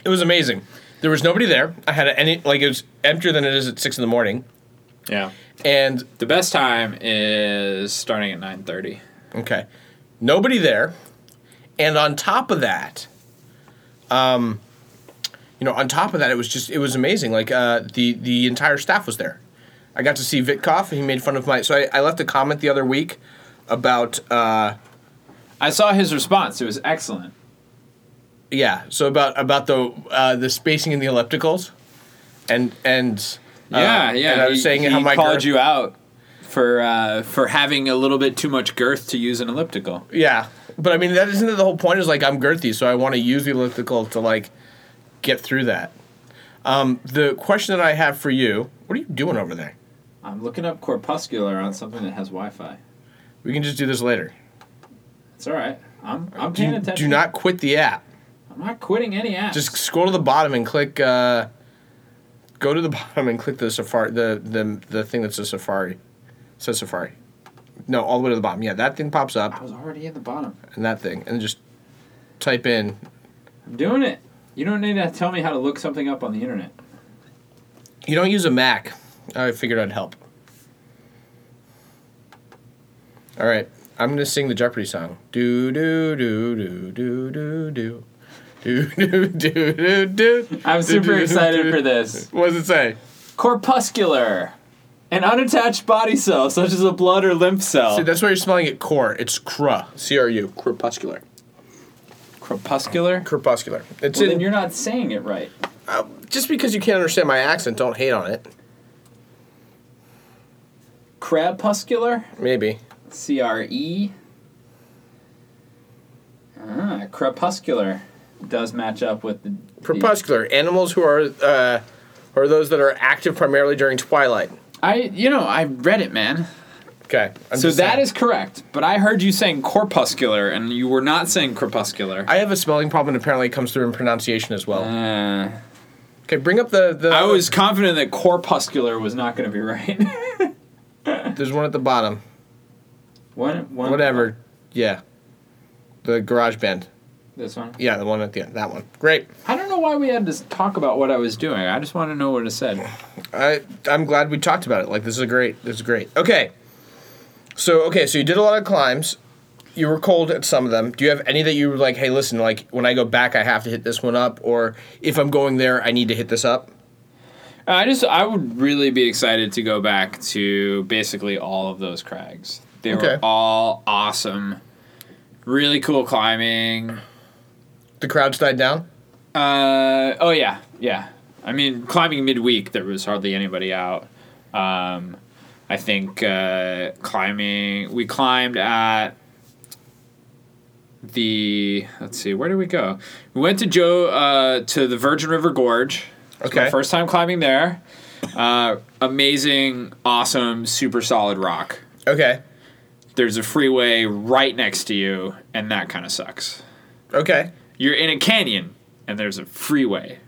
S1: It was amazing. There was nobody there. I had any like it was emptier than it is at six in the morning.
S2: yeah.
S1: And
S2: The best time is starting at nine thirty.
S1: Okay. Nobody there. And on top of that, um, you know, on top of that, it was just it was amazing. Like uh, the the entire staff was there. I got to see Vitkoff, and he made fun of my. So I, I left a comment the other week about uh,
S2: I saw his response. It was excellent.
S1: yeah, so about about the uh, the spacing in the ellipticals, and and uh,
S2: Yeah, yeah.
S1: And I was
S2: he,
S1: saying
S2: he
S1: how my
S2: called
S1: girth-
S2: you out for uh, for having a little bit too much girth to use an elliptical.
S1: Yeah, but I mean that isn't it the whole point. Is like I'm girthy, so I want to use the elliptical to like get through that. Um, the question that I have for you: What are you doing over there?
S2: I'm looking up corpuscular on something that has Wi-Fi.
S1: We can just do this later.
S2: It's all right. I'm I'm
S1: Do, do not quit the app.
S2: I'm not quitting any apps.
S1: Just scroll to the bottom and click. Uh, go to the bottom and click the Safari. The the the thing that says Safari. It says Safari. No, all the way to the bottom. Yeah, that thing pops
S2: I
S1: up
S2: was already at the bottom.
S1: and that thing, and just type in.
S2: I'm doing it. You don't need to tell me how to look something up on the internet.
S1: You don't use a Mac. I figured I'd help. All right, I'm gonna sing the Jeopardy song. Do do do do do do do. Do, do, do, do, do.
S2: I'm super excited for this.
S1: What does it say?
S2: Corpuscular. An unattached body cell, such as a blood or lymph
S1: See,
S2: cell.
S1: that's why you're smelling it core. It's cru. C R U. Crepuscular.
S2: Corpuscular?
S1: Crepuscular. It's
S2: Well,
S1: in.
S2: then you're not saying it right.
S1: uh, just because you can't understand my accent, don't hate on it.
S2: Crepuscular?
S1: Maybe.
S2: C R E. Ah, crepuscular does match up with the. the-
S1: Crepuscular. Animals who are uh, are those that are active primarily during twilight.
S2: I, you know, I read it, man.
S1: Okay. I'm
S2: So
S1: just
S2: that
S1: saying.
S2: is correct, but I heard you saying corpuscular, and you were not saying crepuscular.
S1: I have a spelling problem, and apparently it comes through in pronunciation as well.
S2: Uh,
S1: Okay, bring up the. the
S2: I was confident that corpuscular was not going to be right.
S1: There's one at the bottom.
S2: one, one,
S1: Whatever. Yeah. The garage band.
S2: This one.
S1: Yeah, the one at the end. That one. Great.
S2: I don't know why we had to s- talk about what I was doing. I just want to know what it said.
S1: I I'm glad we talked about it. Like this is great. This is great. Okay. So okay, so you did a lot of climbs. You were cold at some of them. Do you have any that you were like, hey, listen, like when I go back, I have to hit this one up, or if I'm going there, I need to hit this up.
S2: I just I would really be excited to go back to basically all of those crags. They
S1: Okay.
S2: were all awesome. Really cool climbing.
S1: The crowds died down.
S2: Uh, oh yeah, yeah. I mean, climbing midweek, there was hardly anybody out. Um, I think uh, climbing, we climbed at the, let's see, where did we go? We went to Joe, uh, to the Virgin River Gorge. It was my
S1: Okay.
S2: first time climbing there. Uh, amazing, awesome, super solid rock.
S1: Okay.
S2: There's a freeway right next to you, and that kind of sucks.
S1: Okay.
S2: You're in a canyon, and there's a freeway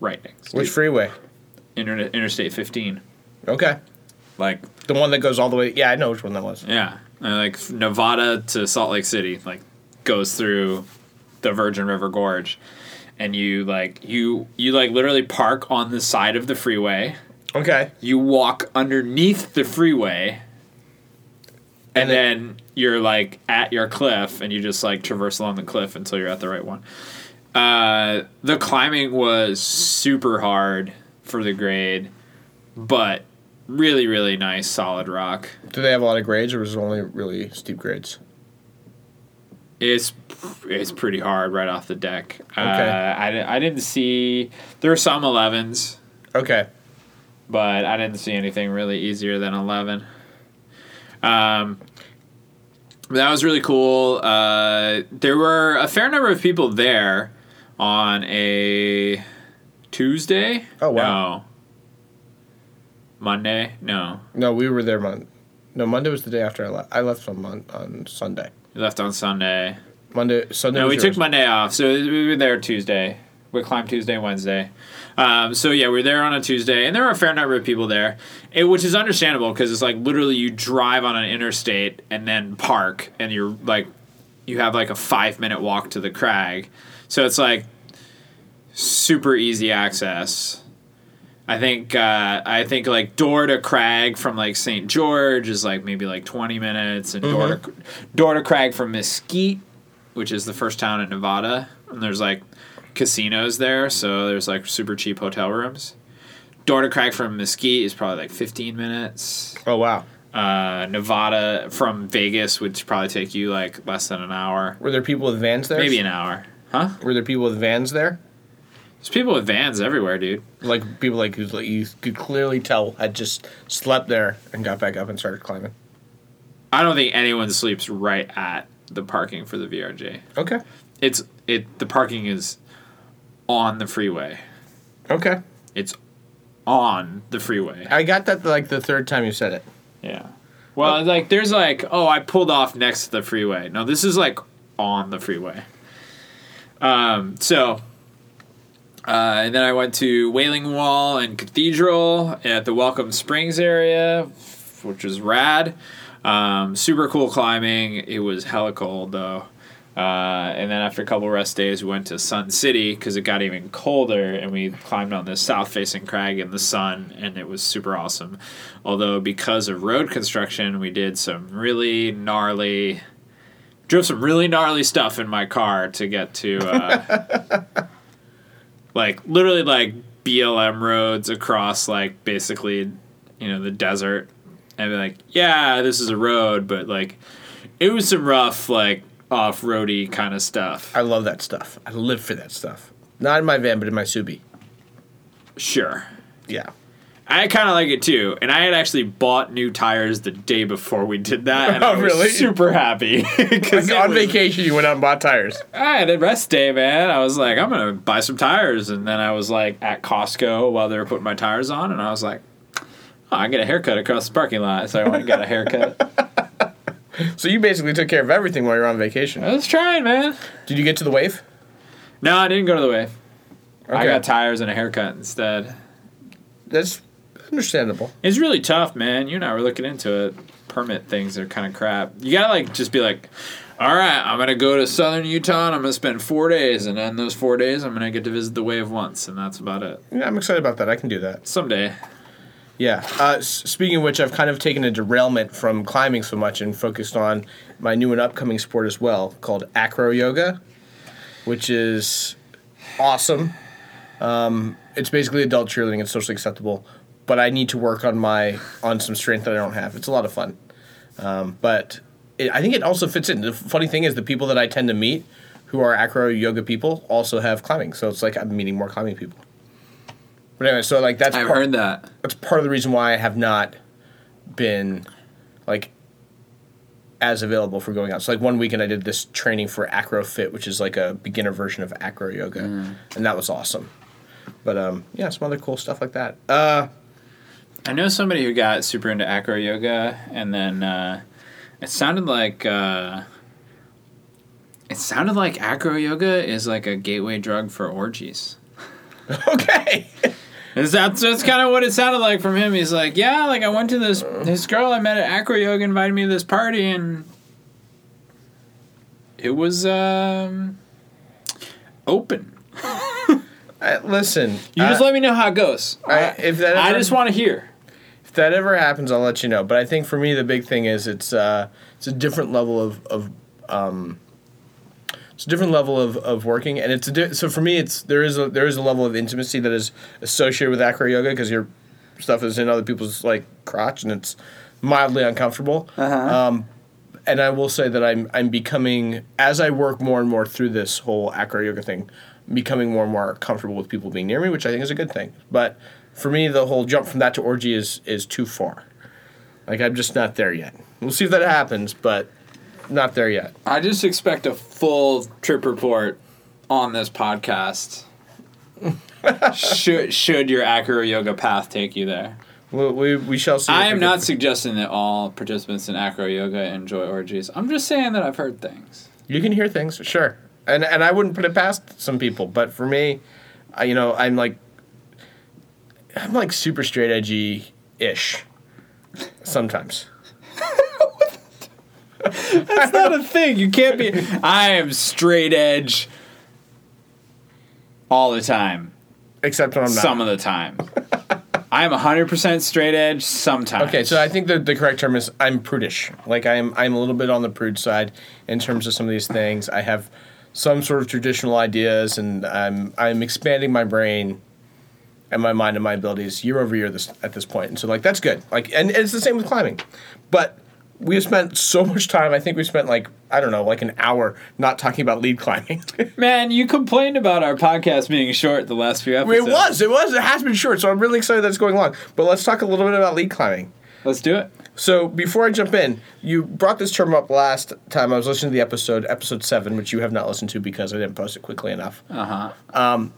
S2: right next to
S1: Which
S2: you.
S1: freeway?
S2: Internet, Interstate 15.
S1: Okay.
S2: Like,
S1: The one that goes all the way. Yeah, I know which one that was.
S2: yeah. And like Nevada to Salt Lake City, like, goes through the Virgin River Gorge. And you, like, you, you, like, literally park on the side of the freeway.
S1: Okay.
S2: You walk underneath the freeway.
S1: And
S2: And,
S1: it-
S2: then you're, like, at your cliff, and you just, like, traverse along the cliff until you're at the right one. Uh, the climbing was super hard for the grade, but really, really nice, solid rock.
S1: Do they have a lot of grades, or was it only really steep grades?
S2: It's it's pretty hard right off the deck. Uh,
S1: Okay.
S2: I, di- I didn't see there were some 11s,
S1: Okay.
S2: but I didn't see anything really easier than 11. Um, that was really cool. Uh, there were a fair number of people there on a Tuesday.
S1: Oh, wow.
S2: No. Monday? No.
S1: No, we were there Mon. No, Monday was the day after I left. I left on mon- on Sunday.
S2: We left on Sunday.
S1: Monday. Sunday.
S2: No,
S1: was
S2: we took
S1: yours.
S2: Monday off, so we were there Tuesday. We climbed Tuesday, Wednesday. Um, so yeah, we were there on a Tuesday, and there were a fair number of people there, it, which is understandable because it's like literally you drive on an interstate and then park, and you're like, you have like a five minute walk to the crag, so it's like super easy access. I think uh, I think like door to crag from like St. George is like maybe like twenty minutes, and door to door to crag from Mesquite which is the first town in Nevada, and there's like casinos there, so there's like super cheap hotel rooms. Door to Crack from Mesquite is probably like 15 minutes.
S1: Oh wow.
S2: Uh, Nevada from Vegas would probably take you like less than an hour,
S1: Were there people with vans there?
S2: maybe an hour. Huh?
S1: Were there people with vans there?
S2: There's people with vans everywhere, dude.
S1: Like people like who like, you could clearly tell had just slept there and got back up and started climbing.
S2: I don't think anyone sleeps right at the parking for the VRJ.
S1: Okay.
S2: It's it the parking is on the freeway.
S1: Okay.
S2: It's on the freeway.
S1: I got that like the third time you said it.
S2: Yeah. Well, like there's like, oh, I pulled off next to the freeway. No, this is like on the freeway. Um, so uh, and then I went to Wailing Wall and Cathedral at the Welcome Springs area, which was rad. Um, super cool climbing. It was hella cold though. Uh, and then after a couple rest days, we went to Sun City because it got even colder, and we climbed on this south-facing crag in the sun, and it was super awesome. Although because of road construction, we did some really gnarly, drove some really gnarly stuff in my car to get to. Uh, like literally like BLM roads across like basically you know the desert and be like yeah this is a road but like it was some rough like off roady kind of stuff
S1: I love that stuff. I live for that stuff. Not in my van, but in my Subi.
S2: sure
S1: Yeah.
S2: I kind of like it too and I had actually bought new tires the day before we did that and
S1: Oh,
S2: I was
S1: really?
S2: super happy because
S1: on vacation, you went out and bought tires.
S2: I had a rest day, man. I was like, I'm gonna buy some tires, and then I was like at Costco while they were putting my tires on, and I was like, oh, I get a haircut across the parking lot, so I went and got a haircut.
S1: So you basically took care of everything while you were on vacation.
S2: I was trying, man.
S1: Did you get to the wave?
S2: No, I didn't go to the wave. I
S1: Okay.
S2: got tires and a haircut instead.
S1: That's understandable.
S2: It's really tough, man. You and I were looking into it. Permit things are kind of crap. You gotta like just be like, all right, I'm gonna go to Southern Utah and I'm gonna spend four days, and then those four days I'm gonna get to visit the wave once, and that's about it.
S1: Yeah, I'm excited about that. I can do that.
S2: Someday.
S1: Yeah. Uh, s- speaking of which, I've kind of taken a derailment from climbing so much and focused on my new and upcoming sport as well called acro yoga, which is awesome. Um, it's basically adult cheerleading. It's socially acceptable, but I need to work on my on some strength that I don't have. It's a lot of fun, um, but it, I think it also fits in. The funny thing is, the people that I tend to meet who are acro yoga people also have climbing, so it's like I'm meeting more climbing people. But anyway, so like that's
S2: I've
S1: part-
S2: heard that.
S1: that's part of the reason why I have not been like as available for going out. So like one weekend I did this training for AcroFit, which is like a beginner version of acro yoga,
S2: Mm.
S1: and that was awesome. But um, yeah, some other cool stuff like that. Uh,
S2: I know somebody who got super into acro yoga, and then uh, it sounded like uh, it sounded like acro yoga is like a gateway drug for orgies.
S1: okay,
S2: Is that, that's kind of what it sounded like from him. He's like, yeah, like I went to this this girl I met at acro yoga invited me to this party, and it was um, open.
S1: I, listen,
S2: You just
S1: I-
S2: let me know how it goes.
S1: Uh, I- if that
S2: I
S1: ever-
S2: just want to hear.
S1: if that ever happens, I'll let you know. But I think for me, the big thing is it's uh, it's a different level of of um, it's a different level of, of working, and it's a di- so for me, it's there is a there is a level of intimacy that is associated with acro yoga because your stuff is in other people's like crotch, and it's mildly uncomfortable. Um, and I will say that I'm I'm becoming as I work more and more through this whole acro yoga thing, I'm becoming more and more comfortable with people being near me, which I think is a good thing. But for me, the whole jump from that to orgy is is too far. Like I'm just not there yet. We'll see if that happens, but not there yet.
S2: I just expect a full trip report on this podcast. should should your acro yoga path take you there?
S1: We we, we shall see. if
S2: I
S1: we
S2: am
S1: can-
S2: not suggesting that all participants in acro yoga enjoy orgies. I'm just saying that I've heard things.
S1: You can hear things, sure, and and I wouldn't put it past some people, but for me, I, you know, I'm like, I'm like super straight edgy ish, sometimes.
S2: That's not a thing. You can't be. I am straight edge all the time.
S1: Except when I'm not.
S2: Some of the time. I am 100% straight edge sometimes.
S1: Okay, so I think the, the correct term is I'm prudish. Like I'm I'm a little bit on the prude side in terms of some of these things. I have some sort of traditional ideas, and I'm I'm expanding my brain and my mind and my abilities year over year this at this point. And so like that's good. Like and, it's the same with climbing, but we have spent so much time. I think we spent like I don't know, like an hour not talking about lead climbing.
S2: Man, you complained about our podcast being short the last few
S1: it
S2: episodes.
S1: was it was it has been short, so I'm really excited that's going long. But let's talk a little bit about lead climbing.
S2: Let's do it.
S1: So before I jump in, you brought this term up last time I was listening to the episode, episode seven, which you have not listened to because I didn't post it quickly enough. Um,
S2: Uh huh.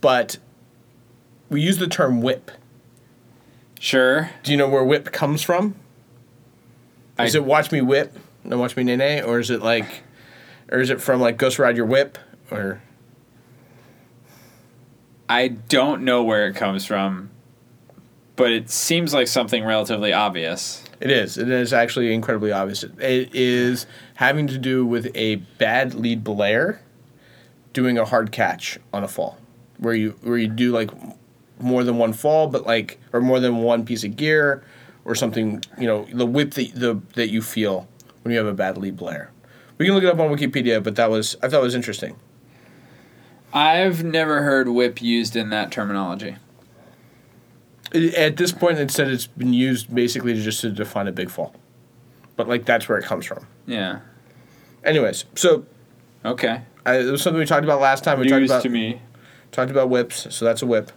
S1: But we use the term whip.
S2: Sure.
S1: Do you know where whip comes from?
S2: I-
S1: Is it watch me whip, no watch me nay nay, or is it like, or is it from like ghost ride your whip, or
S2: I don't know where it comes from, but it seems like something relatively obvious.
S1: it is. It is actually incredibly obvious. It is having to do with a bad lead belayer doing a hard catch on a fall, where you where you do like more than one fall, but like or more than one piece of gear or something. You know the whip that the that you feel when you have a bad lead belayer. We can look it up on Wikipedia, but that was I thought it was interesting.
S2: I've never heard whip used in that terminology.
S1: I- At this point, it said it's been used basically to just to define a big fall, but like that's where it comes from.
S2: Yeah.
S1: Anyways, so
S2: Okay.
S1: I, it was something we talked about last time. We talked
S2: News
S1: about
S2: to me.
S1: Talked about whips, so that's a whip.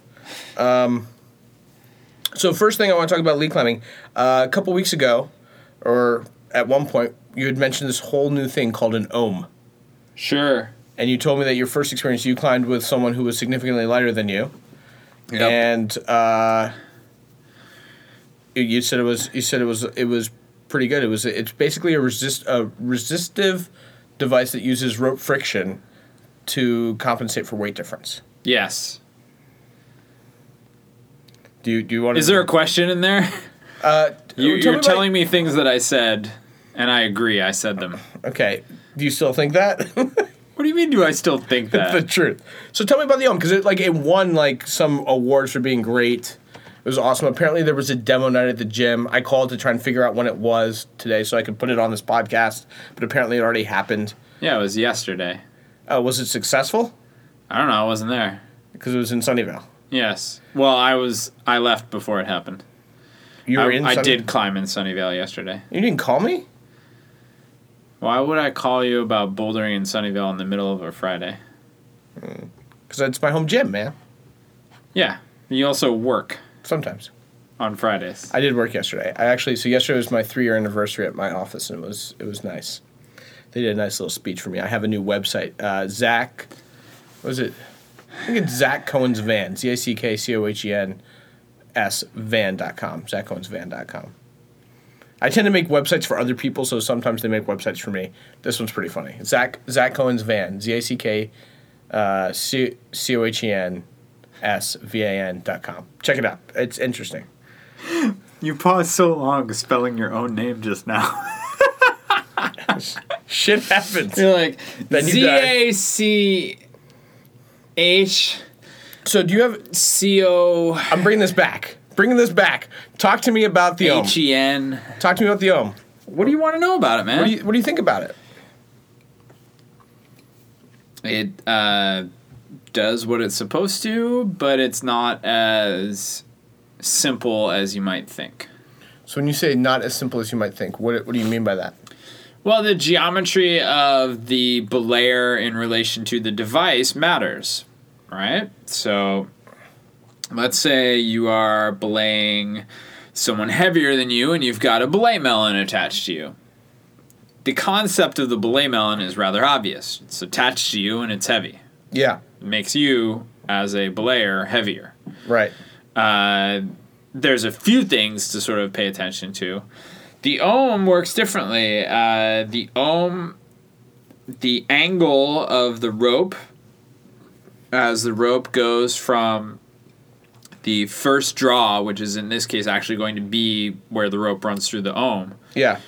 S1: Um, so first thing I want to talk about lead climbing. Uh, a couple weeks ago, or at one point, you had mentioned this whole new thing called an ohm,
S2: Sure.
S1: and you told me that your first experience you climbed with someone who was significantly lighter than you, and uh, you- you said it was you said it was it was pretty good. It was it's basically a resist a resistive device that uses rope friction to compensate for weight difference.
S2: yes.
S1: Do you, do you want to?
S2: Is there a question in there?
S1: Uh,
S2: You,
S1: tell
S2: you're
S1: me
S2: telling me things that I said, and I agree. I said them.
S1: about- okay. Do you still think that?
S2: What do you mean? Do I still think
S1: the
S2: that?
S1: truth. So tell me about the Ohm because it like it won like some awards for being great. It was awesome. Apparently there was a demo night at the gym. I called to try and figure out when it was today so I could put it on this podcast. But apparently it already happened.
S2: yeah, it was yesterday.
S1: Uh, was it successful?
S2: I don't know. I wasn't there.
S1: Because it was in Sunnyvale.
S2: Yes. Well, I was. I left before it happened.
S1: You were
S2: I,
S1: in.
S2: I
S1: Sunny-
S2: did climb in Sunnyvale yesterday.
S1: You didn't call me.
S2: Why would I call you about bouldering in Sunnyvale in the middle of a Friday?
S1: Because it's my home gym, man.
S2: Yeah. You also work
S1: Sometimes.
S2: on Fridays.
S1: I did work yesterday. I actually so yesterday was my three year anniversary at my office, and it was it was nice. They did a nice little speech for me. I have a new website. Uh, Zach, what was it? I think it's Zach Cohen's Van. Z a c k c o h e n s van dot com. Zach Cohen's Van dot com. I tend to make websites for other people, so sometimes they make websites for me. This one's pretty funny. Zach Zach Cohen's Van. Z a c k uh, c c o h e n s v a n dot com. Check it out. It's interesting.
S2: You paused so long spelling your own name just now.
S1: Shit happens.
S2: You're like
S1: Then you
S2: Z
S1: die.
S2: A C H
S1: So do you have?
S2: C O
S1: I'm bringing this back. Bringing this back. Talk to me about the ohm.
S2: H E N.
S1: Talk to me about the ohm.
S2: What do you want to know about it, man?
S1: What do you What do you think about it?
S2: it uh, does what it's supposed to, but it's not as simple as you might think.
S1: So when you say not as simple as you might think, what What do you mean by that?
S2: Well, the geometry of the belayer in relation to the device matters, right? So let's say you are belaying someone heavier than you and you've got a belay melon attached to you. The concept of the belay melon is rather obvious. It's attached to you and it's heavy.
S1: Yeah.
S2: It makes you, as a belayer, heavier.
S1: Right.
S2: Uh, there's a few things to sort of pay attention to. The ohm works differently. Uh, the ohm, the angle of the rope, as the rope goes from the first draw, which is in this case actually going to be where the rope runs through the ohm,
S1: Yeah.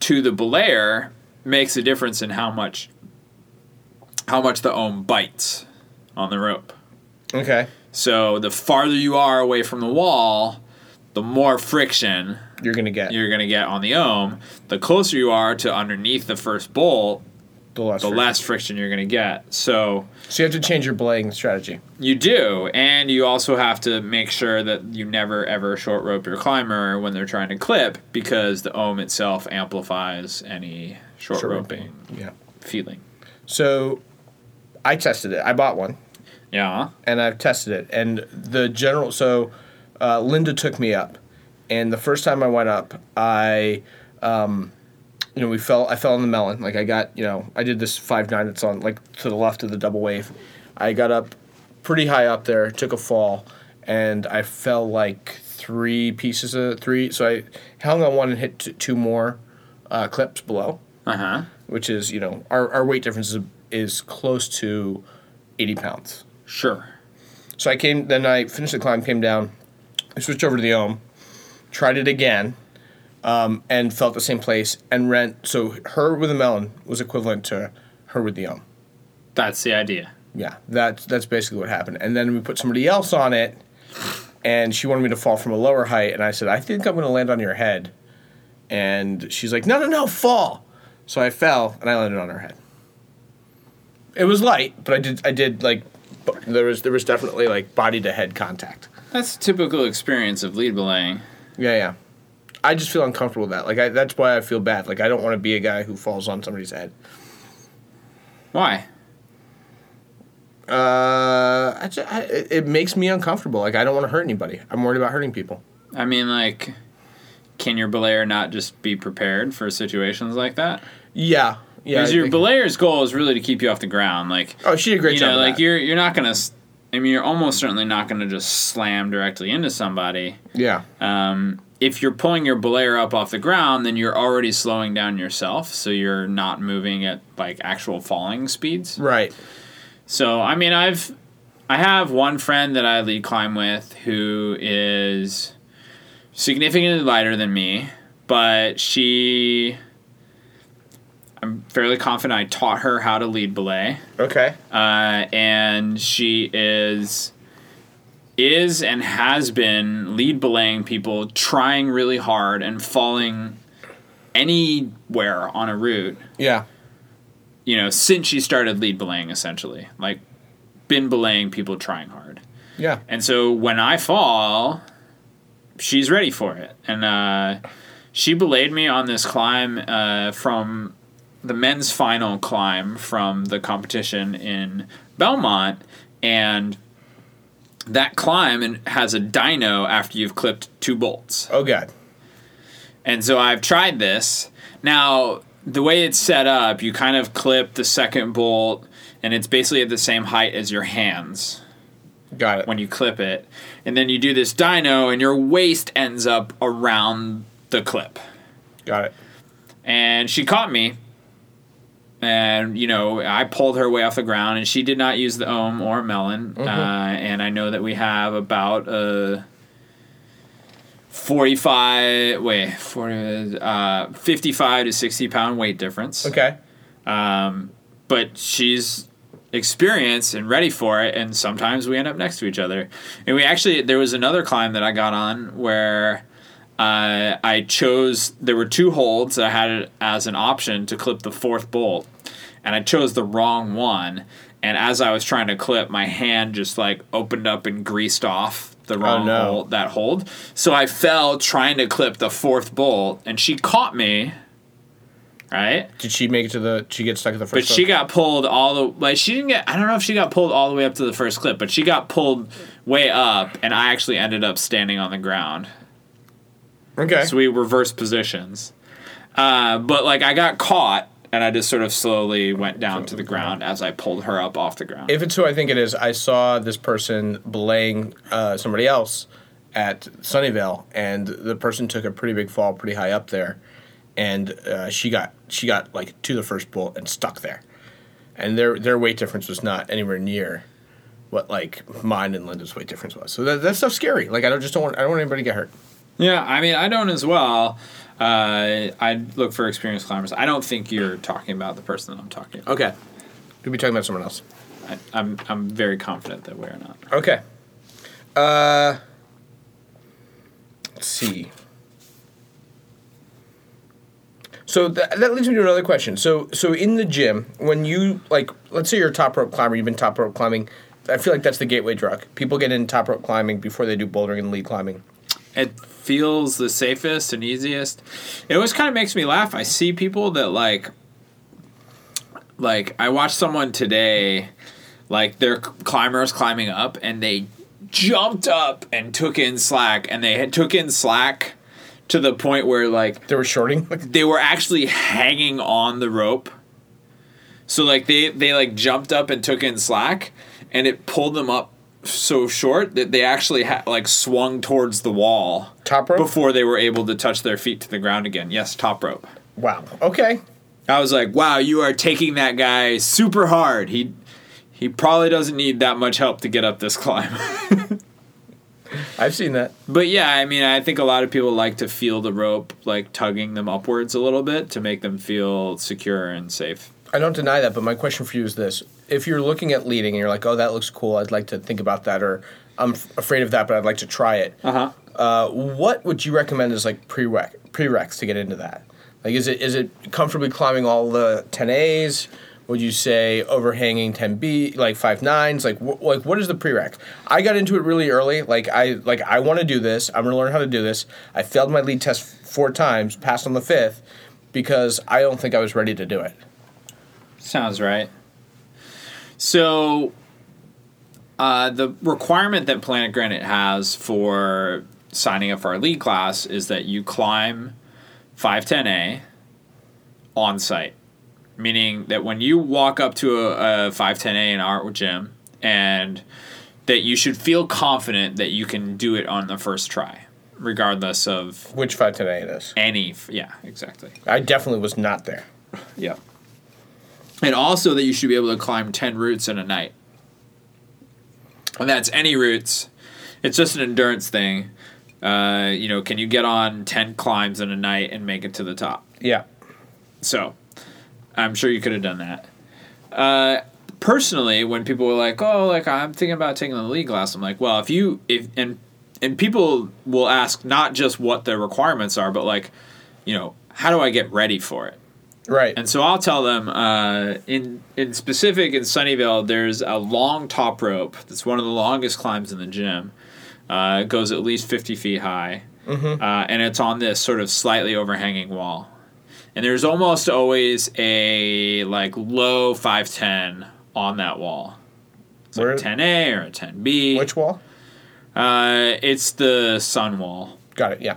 S2: to the belayer, makes a difference in how much how much the ohm bites on the rope.
S1: Okay.
S2: So the farther you are away from the wall, the more friction
S1: You're gonna get
S2: you're going to get on the ohm. The closer you are to underneath the first bolt,
S1: the less.
S2: the less friction you're going to get. So
S1: So you have to change your belaying strategy.
S2: you do, and you also have to make sure that you never ever short rope your climber when they're trying to clip because the ohm itself amplifies any short,
S1: Short
S2: roping,
S1: roping. Yeah.
S2: feeling.
S1: So I tested it. I bought one.
S2: Yeah.
S1: and I've tested it. And the general, so uh, Linda took me up, and the first time I went up, I, um, you know, we fell. I fell on the melon. Like I got, you know, I did this five nine. that's on like to the left of the double wave. I got up pretty high up there, took a fall, and I fell like three pieces of three. So I hung on one and hit t- two more uh, clips below
S2: Uh huh.
S1: which is you know our, our weight difference is, is close to 80 pounds
S2: Sure.
S1: so i came then i finished the climb came down I switched over to the ohm tried it again um, and felt the same place and rent so her with a melon was equivalent to her with the ohm
S2: That's the idea.
S1: yeah that's that's basically what happened and then we put somebody else on it and she wanted me to fall from a lower height and i said i think i'm going to land on your head and she's like no no no fall so i fell and i landed on her head it was light but i did i did like b- there was there was definitely like body to head contact
S2: That's a typical experience of lead belaying.
S1: yeah yeah i just feel uncomfortable with that like I, that's why i feel bad like i don't want to be a guy who falls on somebody's head
S2: Why?
S1: uh I ju- I, it it makes me uncomfortable like i don't want to hurt anybody i'm worried about hurting people
S2: I mean, like, can your belayer not just be prepared for situations like that?
S1: Yeah, yeah.
S2: Because
S1: I
S2: your
S1: think-
S2: belayer's goal is really to keep you off the ground. Like,
S1: oh, she did a great
S2: you
S1: job.
S2: know,
S1: of
S2: like
S1: that.
S2: you're you're not gonna. s- I mean, you're almost certainly not gonna just slam directly into somebody.
S1: yeah,
S2: Um, if you're pulling your belayer up off the ground, then you're already slowing down yourself, so you're not moving at like actual falling speeds.
S1: right.
S2: So I mean, I've I have one friend that I lead climb with who is significantly lighter than me, but she I'm fairly confident I taught her how to lead belay,
S1: Okay.
S2: uh, and she is is and has been lead belaying people trying really hard and falling anywhere on a route
S1: Yeah,
S2: you know, since she started lead belaying, essentially, like been belaying people trying hard.
S1: yeah,
S2: And so when I fall, she's ready for it. And uh, she belayed me on this climb uh, from the men's final climb from the competition in Belmont. And that climb and has a dyno after you've clipped two bolts.
S1: Oh god.
S2: And so I've tried this. Now, the way it's set up, you kind of clip the second bolt and it's basically at the same height as your hands
S1: Got it.
S2: when you clip it. And then you do this dyno and your waist ends up around the clip.
S1: Got it.
S2: And she caught me. And, you know, I pulled her way off the ground and she did not use the ohm or melon. Uh, and I know that we have about uh, a 45, wait, 40, uh, 55 to 60 pound weight difference
S1: Okay.
S2: but she's experienced and ready for it and sometimes we end up next to each other and we actually there was another climb that i got on where uh, i chose there were two holds i had it as an option to clip the fourth bolt and i chose the wrong one and as i was trying to clip my hand just like opened up and greased off the wrong
S1: no.
S2: hold that hold so i fell trying to clip the fourth bolt and she caught me right
S1: Did she make it to the? Did she get stuck at the
S2: but
S1: first?
S2: she got pulled all the like she didn't get I don't know if she got pulled all the way up to the first clip, but she got pulled way up and I actually ended up standing on the ground.
S1: one? Okay.
S2: So we reversed positions. Uh, but like I got caught and I just sort of slowly went down to the ground as I pulled her up off the ground.
S1: If it's who I think it is, I saw this person belaying uh, somebody else at Sunnyvale, and the person took a pretty big fall, pretty high up there, and uh, she got she got like to the first bolt and stuck there, and their their weight difference was not anywhere near what like mine and Linda's weight difference was. So that, that stuff's scary. Like I don't just don't want I don't want anybody to get hurt.
S2: yeah, I mean I don't as well. Uh, I look for experienced climbers. I don't think you're talking about the person that I'm talking about.
S1: Okay, we'll be talking about someone else.
S2: I, I'm I'm very confident that we're not.
S1: Okay. Uh, let's see. So tha- that leads me to another question. So so in the gym, when you like, let's say you're a top rope climber, you've been top rope climbing. I feel like that's the gateway drug. People get in top rope climbing before they do bouldering and lead climbing.
S2: it feels the safest and easiest. It always kind of makes me laugh. I see people that like, like I watched someone today, like their climbers climbing up and they jumped up and took in slack and they had took in slack to the point where like
S1: They were shorting.
S2: they were actually hanging on the rope. So like they they like jumped up and took in slack, and it pulled them up so short that they actually ha- like swung towards the wall
S1: Top rope?
S2: before they were able to touch their feet to the ground again. Yes, top rope.
S1: wow. Okay.
S2: I was like, wow, you are taking that guy super hard. He he probably doesn't need that much help to get up this climb.
S1: I've seen that.
S2: But yeah, I mean, I think a lot of people like to feel the rope like tugging them upwards a little bit to make them feel secure and safe.
S1: I don't deny that, but my question for you is this: If you're looking at leading and you're like, "Oh, that looks cool. I'd like to think about that," or "I'm f- afraid of that, but I'd like to try it,"
S2: Uh-huh.
S1: Uh, what would you recommend as like prereq prereqs to get into that? Like, is it is it comfortably climbing all the ten A's? Would you say overhanging ten B like five nines? Like wh- like what is the prereq? I got into it really early. Like I like I want to do this. I'm gonna learn how to do this. I failed my lead test four times, passed on the fifth, because I don't think I was ready to do it.
S2: Sounds right. So, uh, the requirement that Planet Granite has for signing up for our lead class is that you climb 510A on site, meaning that when you walk up to a, a 510A in our gym, and that you should feel confident that you can do it on the first try, regardless of
S1: Which five ten A it is?
S2: any. f- Yeah, exactly.
S1: I definitely was not there.
S2: Yeah. And also that you should be able to climb 10 routes in a night. And that's any routes. It's just an endurance thing. Uh, you know, can you get on 10 climbs in a night and make it to the top?
S1: Yeah.
S2: So I'm sure you could have done that. Uh, personally, when people were like, "Oh, like I'm thinking about taking the league class," I'm like, "Well, if you if and and people will ask not just what the requirements are, but like, you know, how do I get ready for it?"
S1: Right.
S2: And so I'll tell them uh, in in specific in Sunnyvale, there's a long top rope that's one of the longest climbs in the gym. Uh, it goes at least 50 feet high,
S1: Mm-hmm.
S2: uh, and it's on this sort of slightly overhanging wall. And there's almost always a like low 510 on that wall. It's
S1: Where-
S2: like 10A or a 10B.
S1: Which wall?
S2: Uh, it's the sun wall.
S1: Got it. Yeah.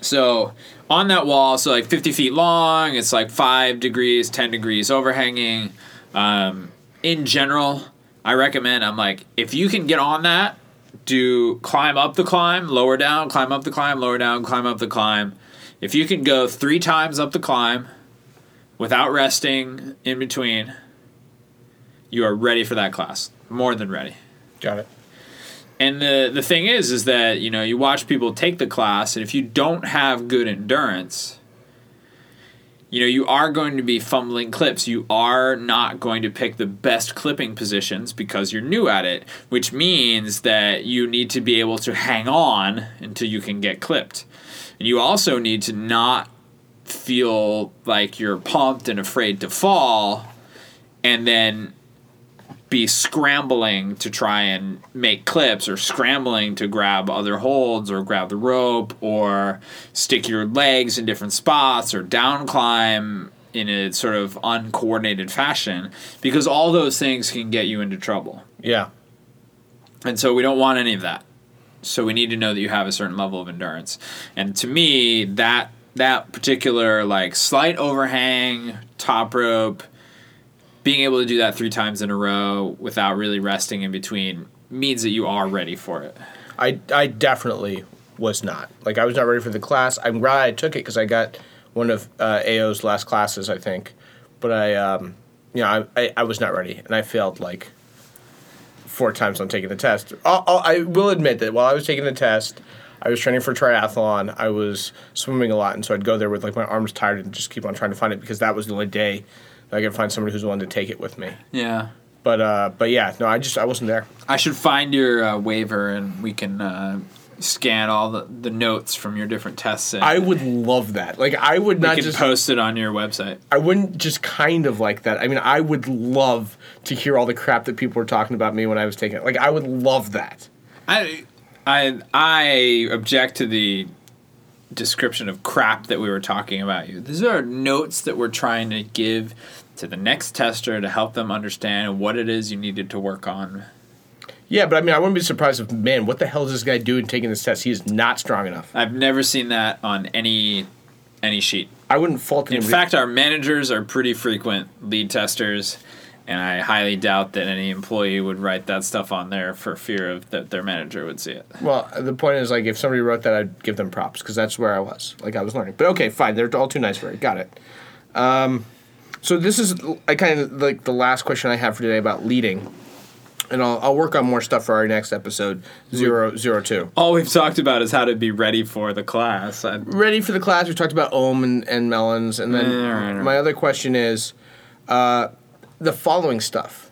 S2: So on that wall, so like 50 feet long, it's like 5 degrees, 10 degrees overhanging. Um, in general, I recommend, I'm like, if you can get on that, do climb up the climb, lower down, climb up the climb, lower down, climb up the climb. If you can go three times up the climb without resting in between, you are ready for that class. More than ready.
S1: Got it.
S2: And the the thing is, is that you know you watch people take the class, and if you don't have good endurance, you know you are going to be fumbling clips. You are not going to pick the best clipping positions because you're new at it, which means that you need to be able to hang on until you can get clipped. And you also need to not feel like you're pumped and afraid to fall, and then be scrambling to try and make clips or scrambling to grab other holds or grab the rope or stick your legs in different spots or down climb in a sort of uncoordinated fashion because all those things can get you into trouble.
S1: Yeah.
S2: And so we don't want any of that. So we need to know that you have a certain level of endurance. And to me, that that particular like slight overhang, top rope, being able to do that three times in a row without really resting in between means that you are ready for it.
S1: I, I definitely was not. Like, I was not ready for the class. I'm glad I took it because I got one of uh, AO's last classes, I think. But I, um, you know, I, I, I was not ready, and I failed like four times on taking the test. I'll, I'll, I will admit that while I was taking the test, I was training for triathlon. I was swimming a lot, and so I'd go there with like my arms tired and just keep on trying to find it because that was the only day that I could find somebody who's willing to take it with me.
S2: Yeah.
S1: But uh, but yeah, no, I just I wasn't there.
S2: I should find your uh, waiver and we can uh, scan all the, the notes from your different tests. And
S1: I would love that. Like I would
S2: we
S1: not
S2: can
S1: just
S2: post it on your website.
S1: I wouldn't just kind of like that. I mean, I would love to hear all the crap that people were talking about me when I was taking it. Like I would love that.
S2: I I I object to the description of crap that we were talking about you. These are notes that we're trying to give to the next tester to help them understand what it is you needed to work on.
S1: Yeah, but I mean, I wouldn't be surprised if man, what the hell is this guy doing taking this test? He is not strong enough.
S2: I've never seen that on any any sheet.
S1: I wouldn't fault him.
S2: In fact, our managers are pretty frequent lead testers, and I highly doubt that any employee would write that stuff on there for fear of that their manager would see it.
S1: well, the point is like if somebody wrote that, I'd give them props because that's where I was. Like I was learning. But okay, fine. They're all too nice for it. Got it. Um, so this is I kind of like the last question I have for today about leading. And I'll, I'll work on more stuff for our next episode, zero zero two.
S2: All we've talked about is how to be ready for the class. I,
S1: ready for the class. We talked about Ohm and, and Melons, and then
S2: Yeah, all right, all right.
S1: my other question is uh, the following stuff.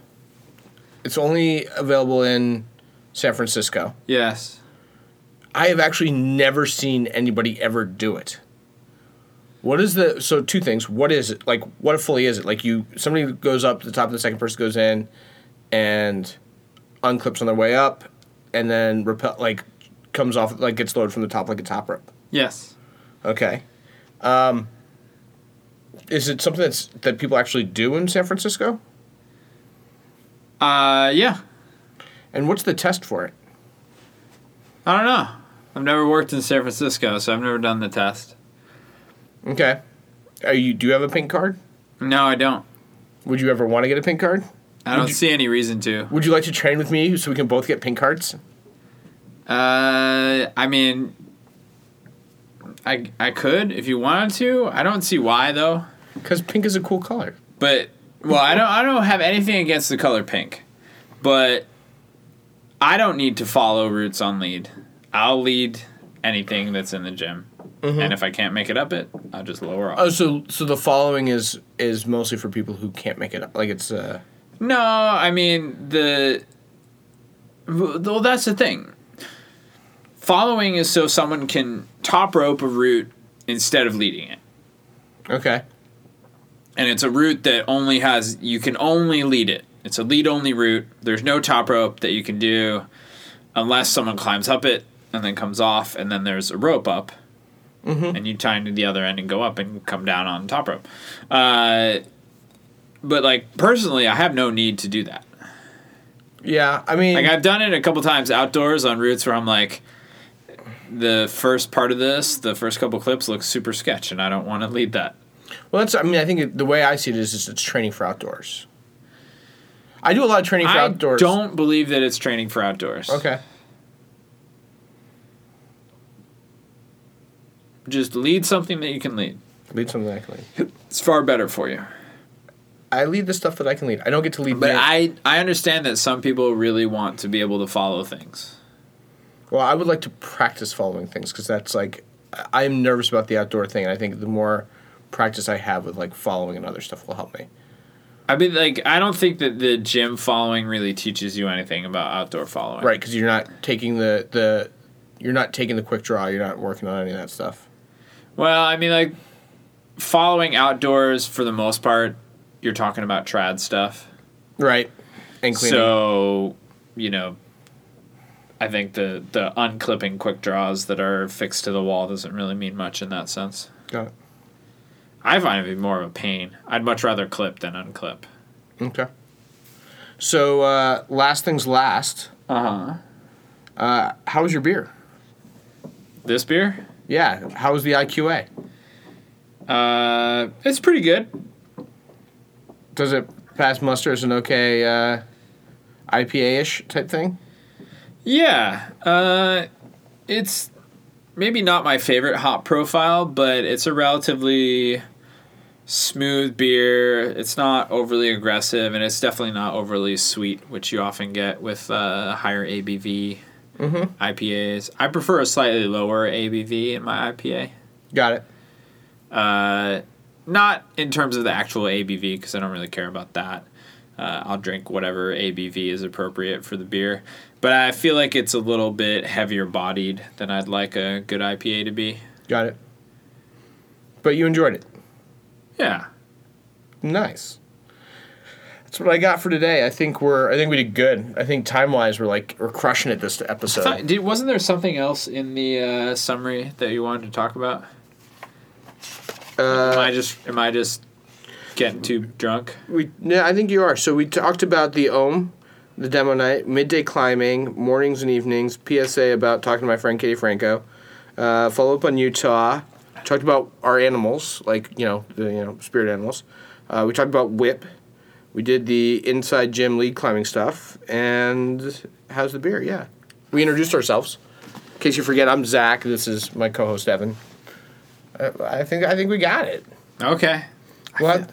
S1: It's only available in San Francisco.
S2: yes.
S1: I have actually never seen anybody ever do it. What is the so two things? What is it like? What fully is it like? You somebody goes up to the top, and the second person goes in, and unclips on their way up, and then repel like comes off like gets lowered from the top like a top rope.
S2: Yes.
S1: Okay. Um, is it something that's that people actually do in San Francisco?
S2: Uh, yeah.
S1: And what's the test for it?
S2: I don't know. I've never worked in San Francisco, so I've never done the test.
S1: Okay. Are you do you have a pink card?
S2: No, I don't.
S1: Would you ever want to get a pink card?
S2: I don't see any reason to.
S1: Would you like to train with me so we can both get pink cards?
S2: Uh, I mean, I I could if you wanted to. I don't see why though.
S1: Because pink is a cool color.
S2: But well, I don't I don't have anything against the color pink, but I don't need to follow roots on lead. I'll lead anything that's in the gym, and if I can't make it up it, I'll just lower off.
S1: Oh, so so the following is is mostly for people who can't make it up. Like it's uh
S2: No, I mean the. Well, that's the thing. Following is so someone can top rope a route instead of leading it.
S1: okay.
S2: and it's a route that only has you can only lead it. It's a lead only route. There's no top rope that you can do unless someone climbs up it and then comes off, and then there's a rope up, and you tie into the other end and go up and come down on top rope. Uh, but like personally, I have no need to do that.
S1: Yeah, I mean,
S2: Like I've done it a couple times outdoors on routes where I'm like, the first part of this, the first couple clips looks super sketch, and I don't want to lead that.
S1: well, that's. I mean, I think it, the way I see it is, is it's training for outdoors. I do a lot of training for
S2: I
S1: outdoors.
S2: don't believe that it's training for outdoors.
S1: Okay.
S2: Just lead something that you can lead.
S1: Lead something I can lead.
S2: It's far better for you.
S1: I lead the stuff that I can lead. I don't get to lead.
S2: But
S1: man-
S2: I I understand that some people really want to be able to follow things.
S1: Well, I would like to practice following things because that's like I- I'm nervous about the outdoor thing, and I think the more practice I have with like following and other stuff will help me.
S2: I mean, like, I don't think that the gym following really teaches you anything about outdoor following.
S1: Right, because you're not taking the the you're not taking the quick draw. You're not working on any of that stuff.
S2: Well, I mean, like, following outdoors for the most part, you're talking about trad stuff.
S1: Right, and cleaning.
S2: So, you know, I think the the unclipping quick draws that are fixed to the wall doesn't really mean much in that sense.
S1: Got it.
S2: I find it more of a pain. I'd much rather clip than unclip.
S1: Okay. So uh, last things last.
S2: Uh huh.
S1: How was your beer?
S2: This beer,
S1: Yeah. How was the IQA?
S2: uh, it's pretty good.
S1: Does it pass muster as an okay uh, IPA ish type thing?
S2: Yeah, uh, it's maybe not my favorite hop profile, but it's a relatively smooth beer. It's not overly aggressive, and it's definitely not overly sweet, which you often get with uh, higher ABV IPAs. I prefer a slightly lower ABV in my IPA.
S1: Got it.
S2: Uh, not in terms of the actual ABV, because I don't really care about that. Uh, I'll drink whatever ABV is appropriate for the beer. But I feel like it's a little bit heavier bodied than I'd like a good IPA to be.
S1: Got it. But you enjoyed it.
S2: Yeah.
S1: Nice. That's what I got for today. I think we're. I think we did good. I think time wise, we're like we're crushing it this episode.
S2: Thought- did, wasn't there something else in the uh, summary that you wanted to talk about? am I just am I just getting too drunk?
S1: We yeah, I think you are. So we talked about the ohm, the demo night, midday climbing, mornings and evenings. PSA about talking to my friend Katie Franco. Uh, follow up on Utah. Talked about our animals, like you know the you know spirit animals. Uh, we talked about whip. We did the inside gym lead climbing stuff, and how's the beer? Yeah, we introduced ourselves. In case you forget, I'm Zach. This is my co-host Evan. I, I think I think we got it.
S2: Okay.
S1: What?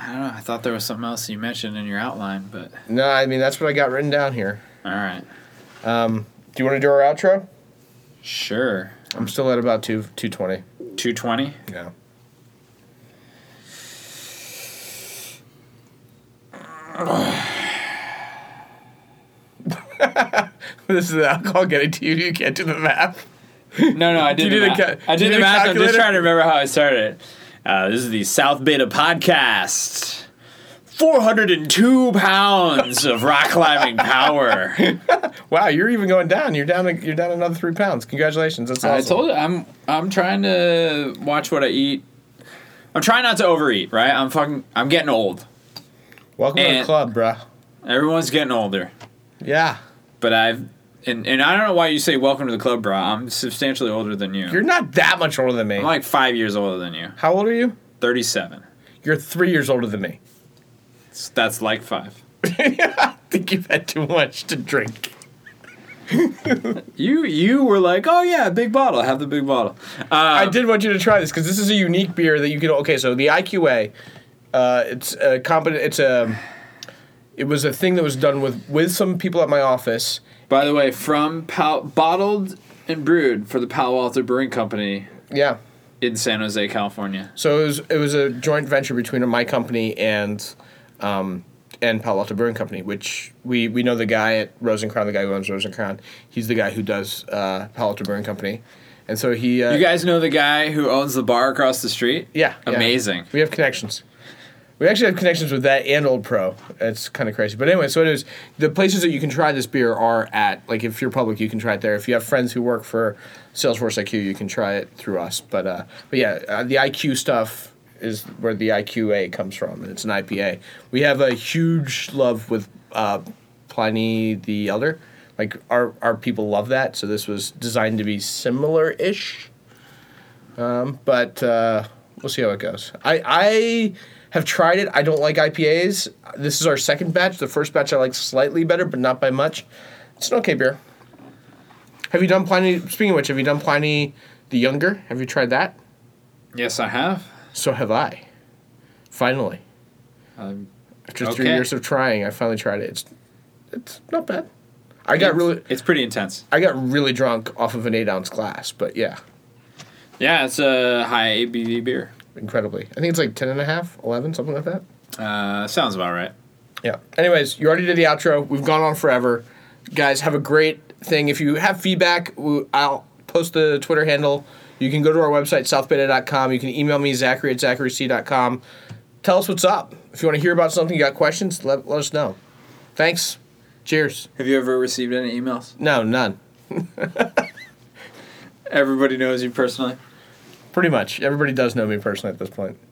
S2: I don't know. I thought there was something else you mentioned in your outline, but
S1: No, I mean that's what I got written down here.
S2: all right.
S1: Do you want to do our outro?
S2: Sure.
S1: I'm still at about two two twenty.
S2: 220.
S1: Yeah. this is the alcohol getting to you. You can't do the math.
S2: No, no, I did,
S1: you do
S2: the, math.
S1: the ca-
S2: I
S1: do you do
S2: did the
S1: the
S2: math. I'm just
S1: calculator?
S2: trying to remember how I started. it. Uh, this is the South Beta podcast. 402 pounds of rock climbing power.
S1: Wow, you're even going down. You're down. You're down another three pounds. Congratulations. That's awesome.
S2: I told you, I'm I'm trying to watch what I eat. I'm trying not to overeat, right? I'm fucking I'm getting old.
S1: Welcome to the
S2: And-
S1: club, bruh.
S2: Everyone's getting older.
S1: Yeah.
S2: But I've and, and I don't know why you say welcome to the club, bro. I'm substantially older than you.
S1: You're not that much older than me.
S2: I'm like five years older than you.
S1: How old are you?
S2: 37.
S1: You're three years older than me.
S2: S- That's like five.
S1: I think you've had too much to drink.
S2: You you were like, oh yeah, big bottle. Have the big bottle. Um,
S1: I did want you to try this because this is a unique beer that you can. Okay, so the IQA, uh, it's a competent. It's a. It was a thing that was done with with some people at my office.
S2: By the way, from Pal- bottled and brewed for the Palo Alto Brewing Company
S1: Yeah.
S2: in San Jose, California.
S1: So it was it was a joint venture between my company and, um, and Palo Alto Brewing Company, which we we know the guy at Rosencrown, the guy who owns Rosencrown. He's the guy who does uh, Palo Alto Brewing Company, and so he. Uh,
S2: You guys know the guy who owns the bar across the street?
S1: Yeah. yeah.
S2: Amazing.
S1: We have connections. We actually have connections with that and Old Pro. It's kind of crazy. But anyway, so it is. The places that you can try this beer are at, like, if you're public, you can try it there. If you have friends who work for Salesforce IQ, you can try it through us. But, uh, but yeah, uh, the IQ stuff is where the IQA comes from, and it's an IPA. We have a huge love with uh, Pla- Pliny the Elder. Like our our people love that, so this was designed to be similar ish. Um, but uh, we'll see how it goes. I I have tried it. I don't like IPAs. This is our second batch. The first batch I like slightly better, but not by much. It's an okay beer. Have you done Pliny? Speaking of which, have you done Pliny the Younger? Have you tried that?
S2: Yes, I have.
S1: So have I. Finally.
S2: Um,
S1: After three
S2: Okay.
S1: years of trying, I finally tried it. It's it's not bad. I got really
S2: It's pretty intense.
S1: I got really drunk off of an eight ounce glass, but yeah,
S2: Yeah, it's a high ABV beer.
S1: incredibly. I think it's like 10 and a half, 11, something like that.
S2: Uh, sounds about right.
S1: Yeah. Anyways, you already did the outro. We've gone on forever. Guys, have a great thing. If you have feedback, w- I'll post the Twitter handle. You can go to our website, southbeta.com. You can email me, zachary at zacharyc.com. Tell us what's up. If you want to hear about something, you got questions, let, let us know. Thanks. Cheers.
S2: Have you ever received any emails?
S1: No, none.
S2: Everybody knows you personally.
S1: Pretty much. Everybody does know me personally at this point.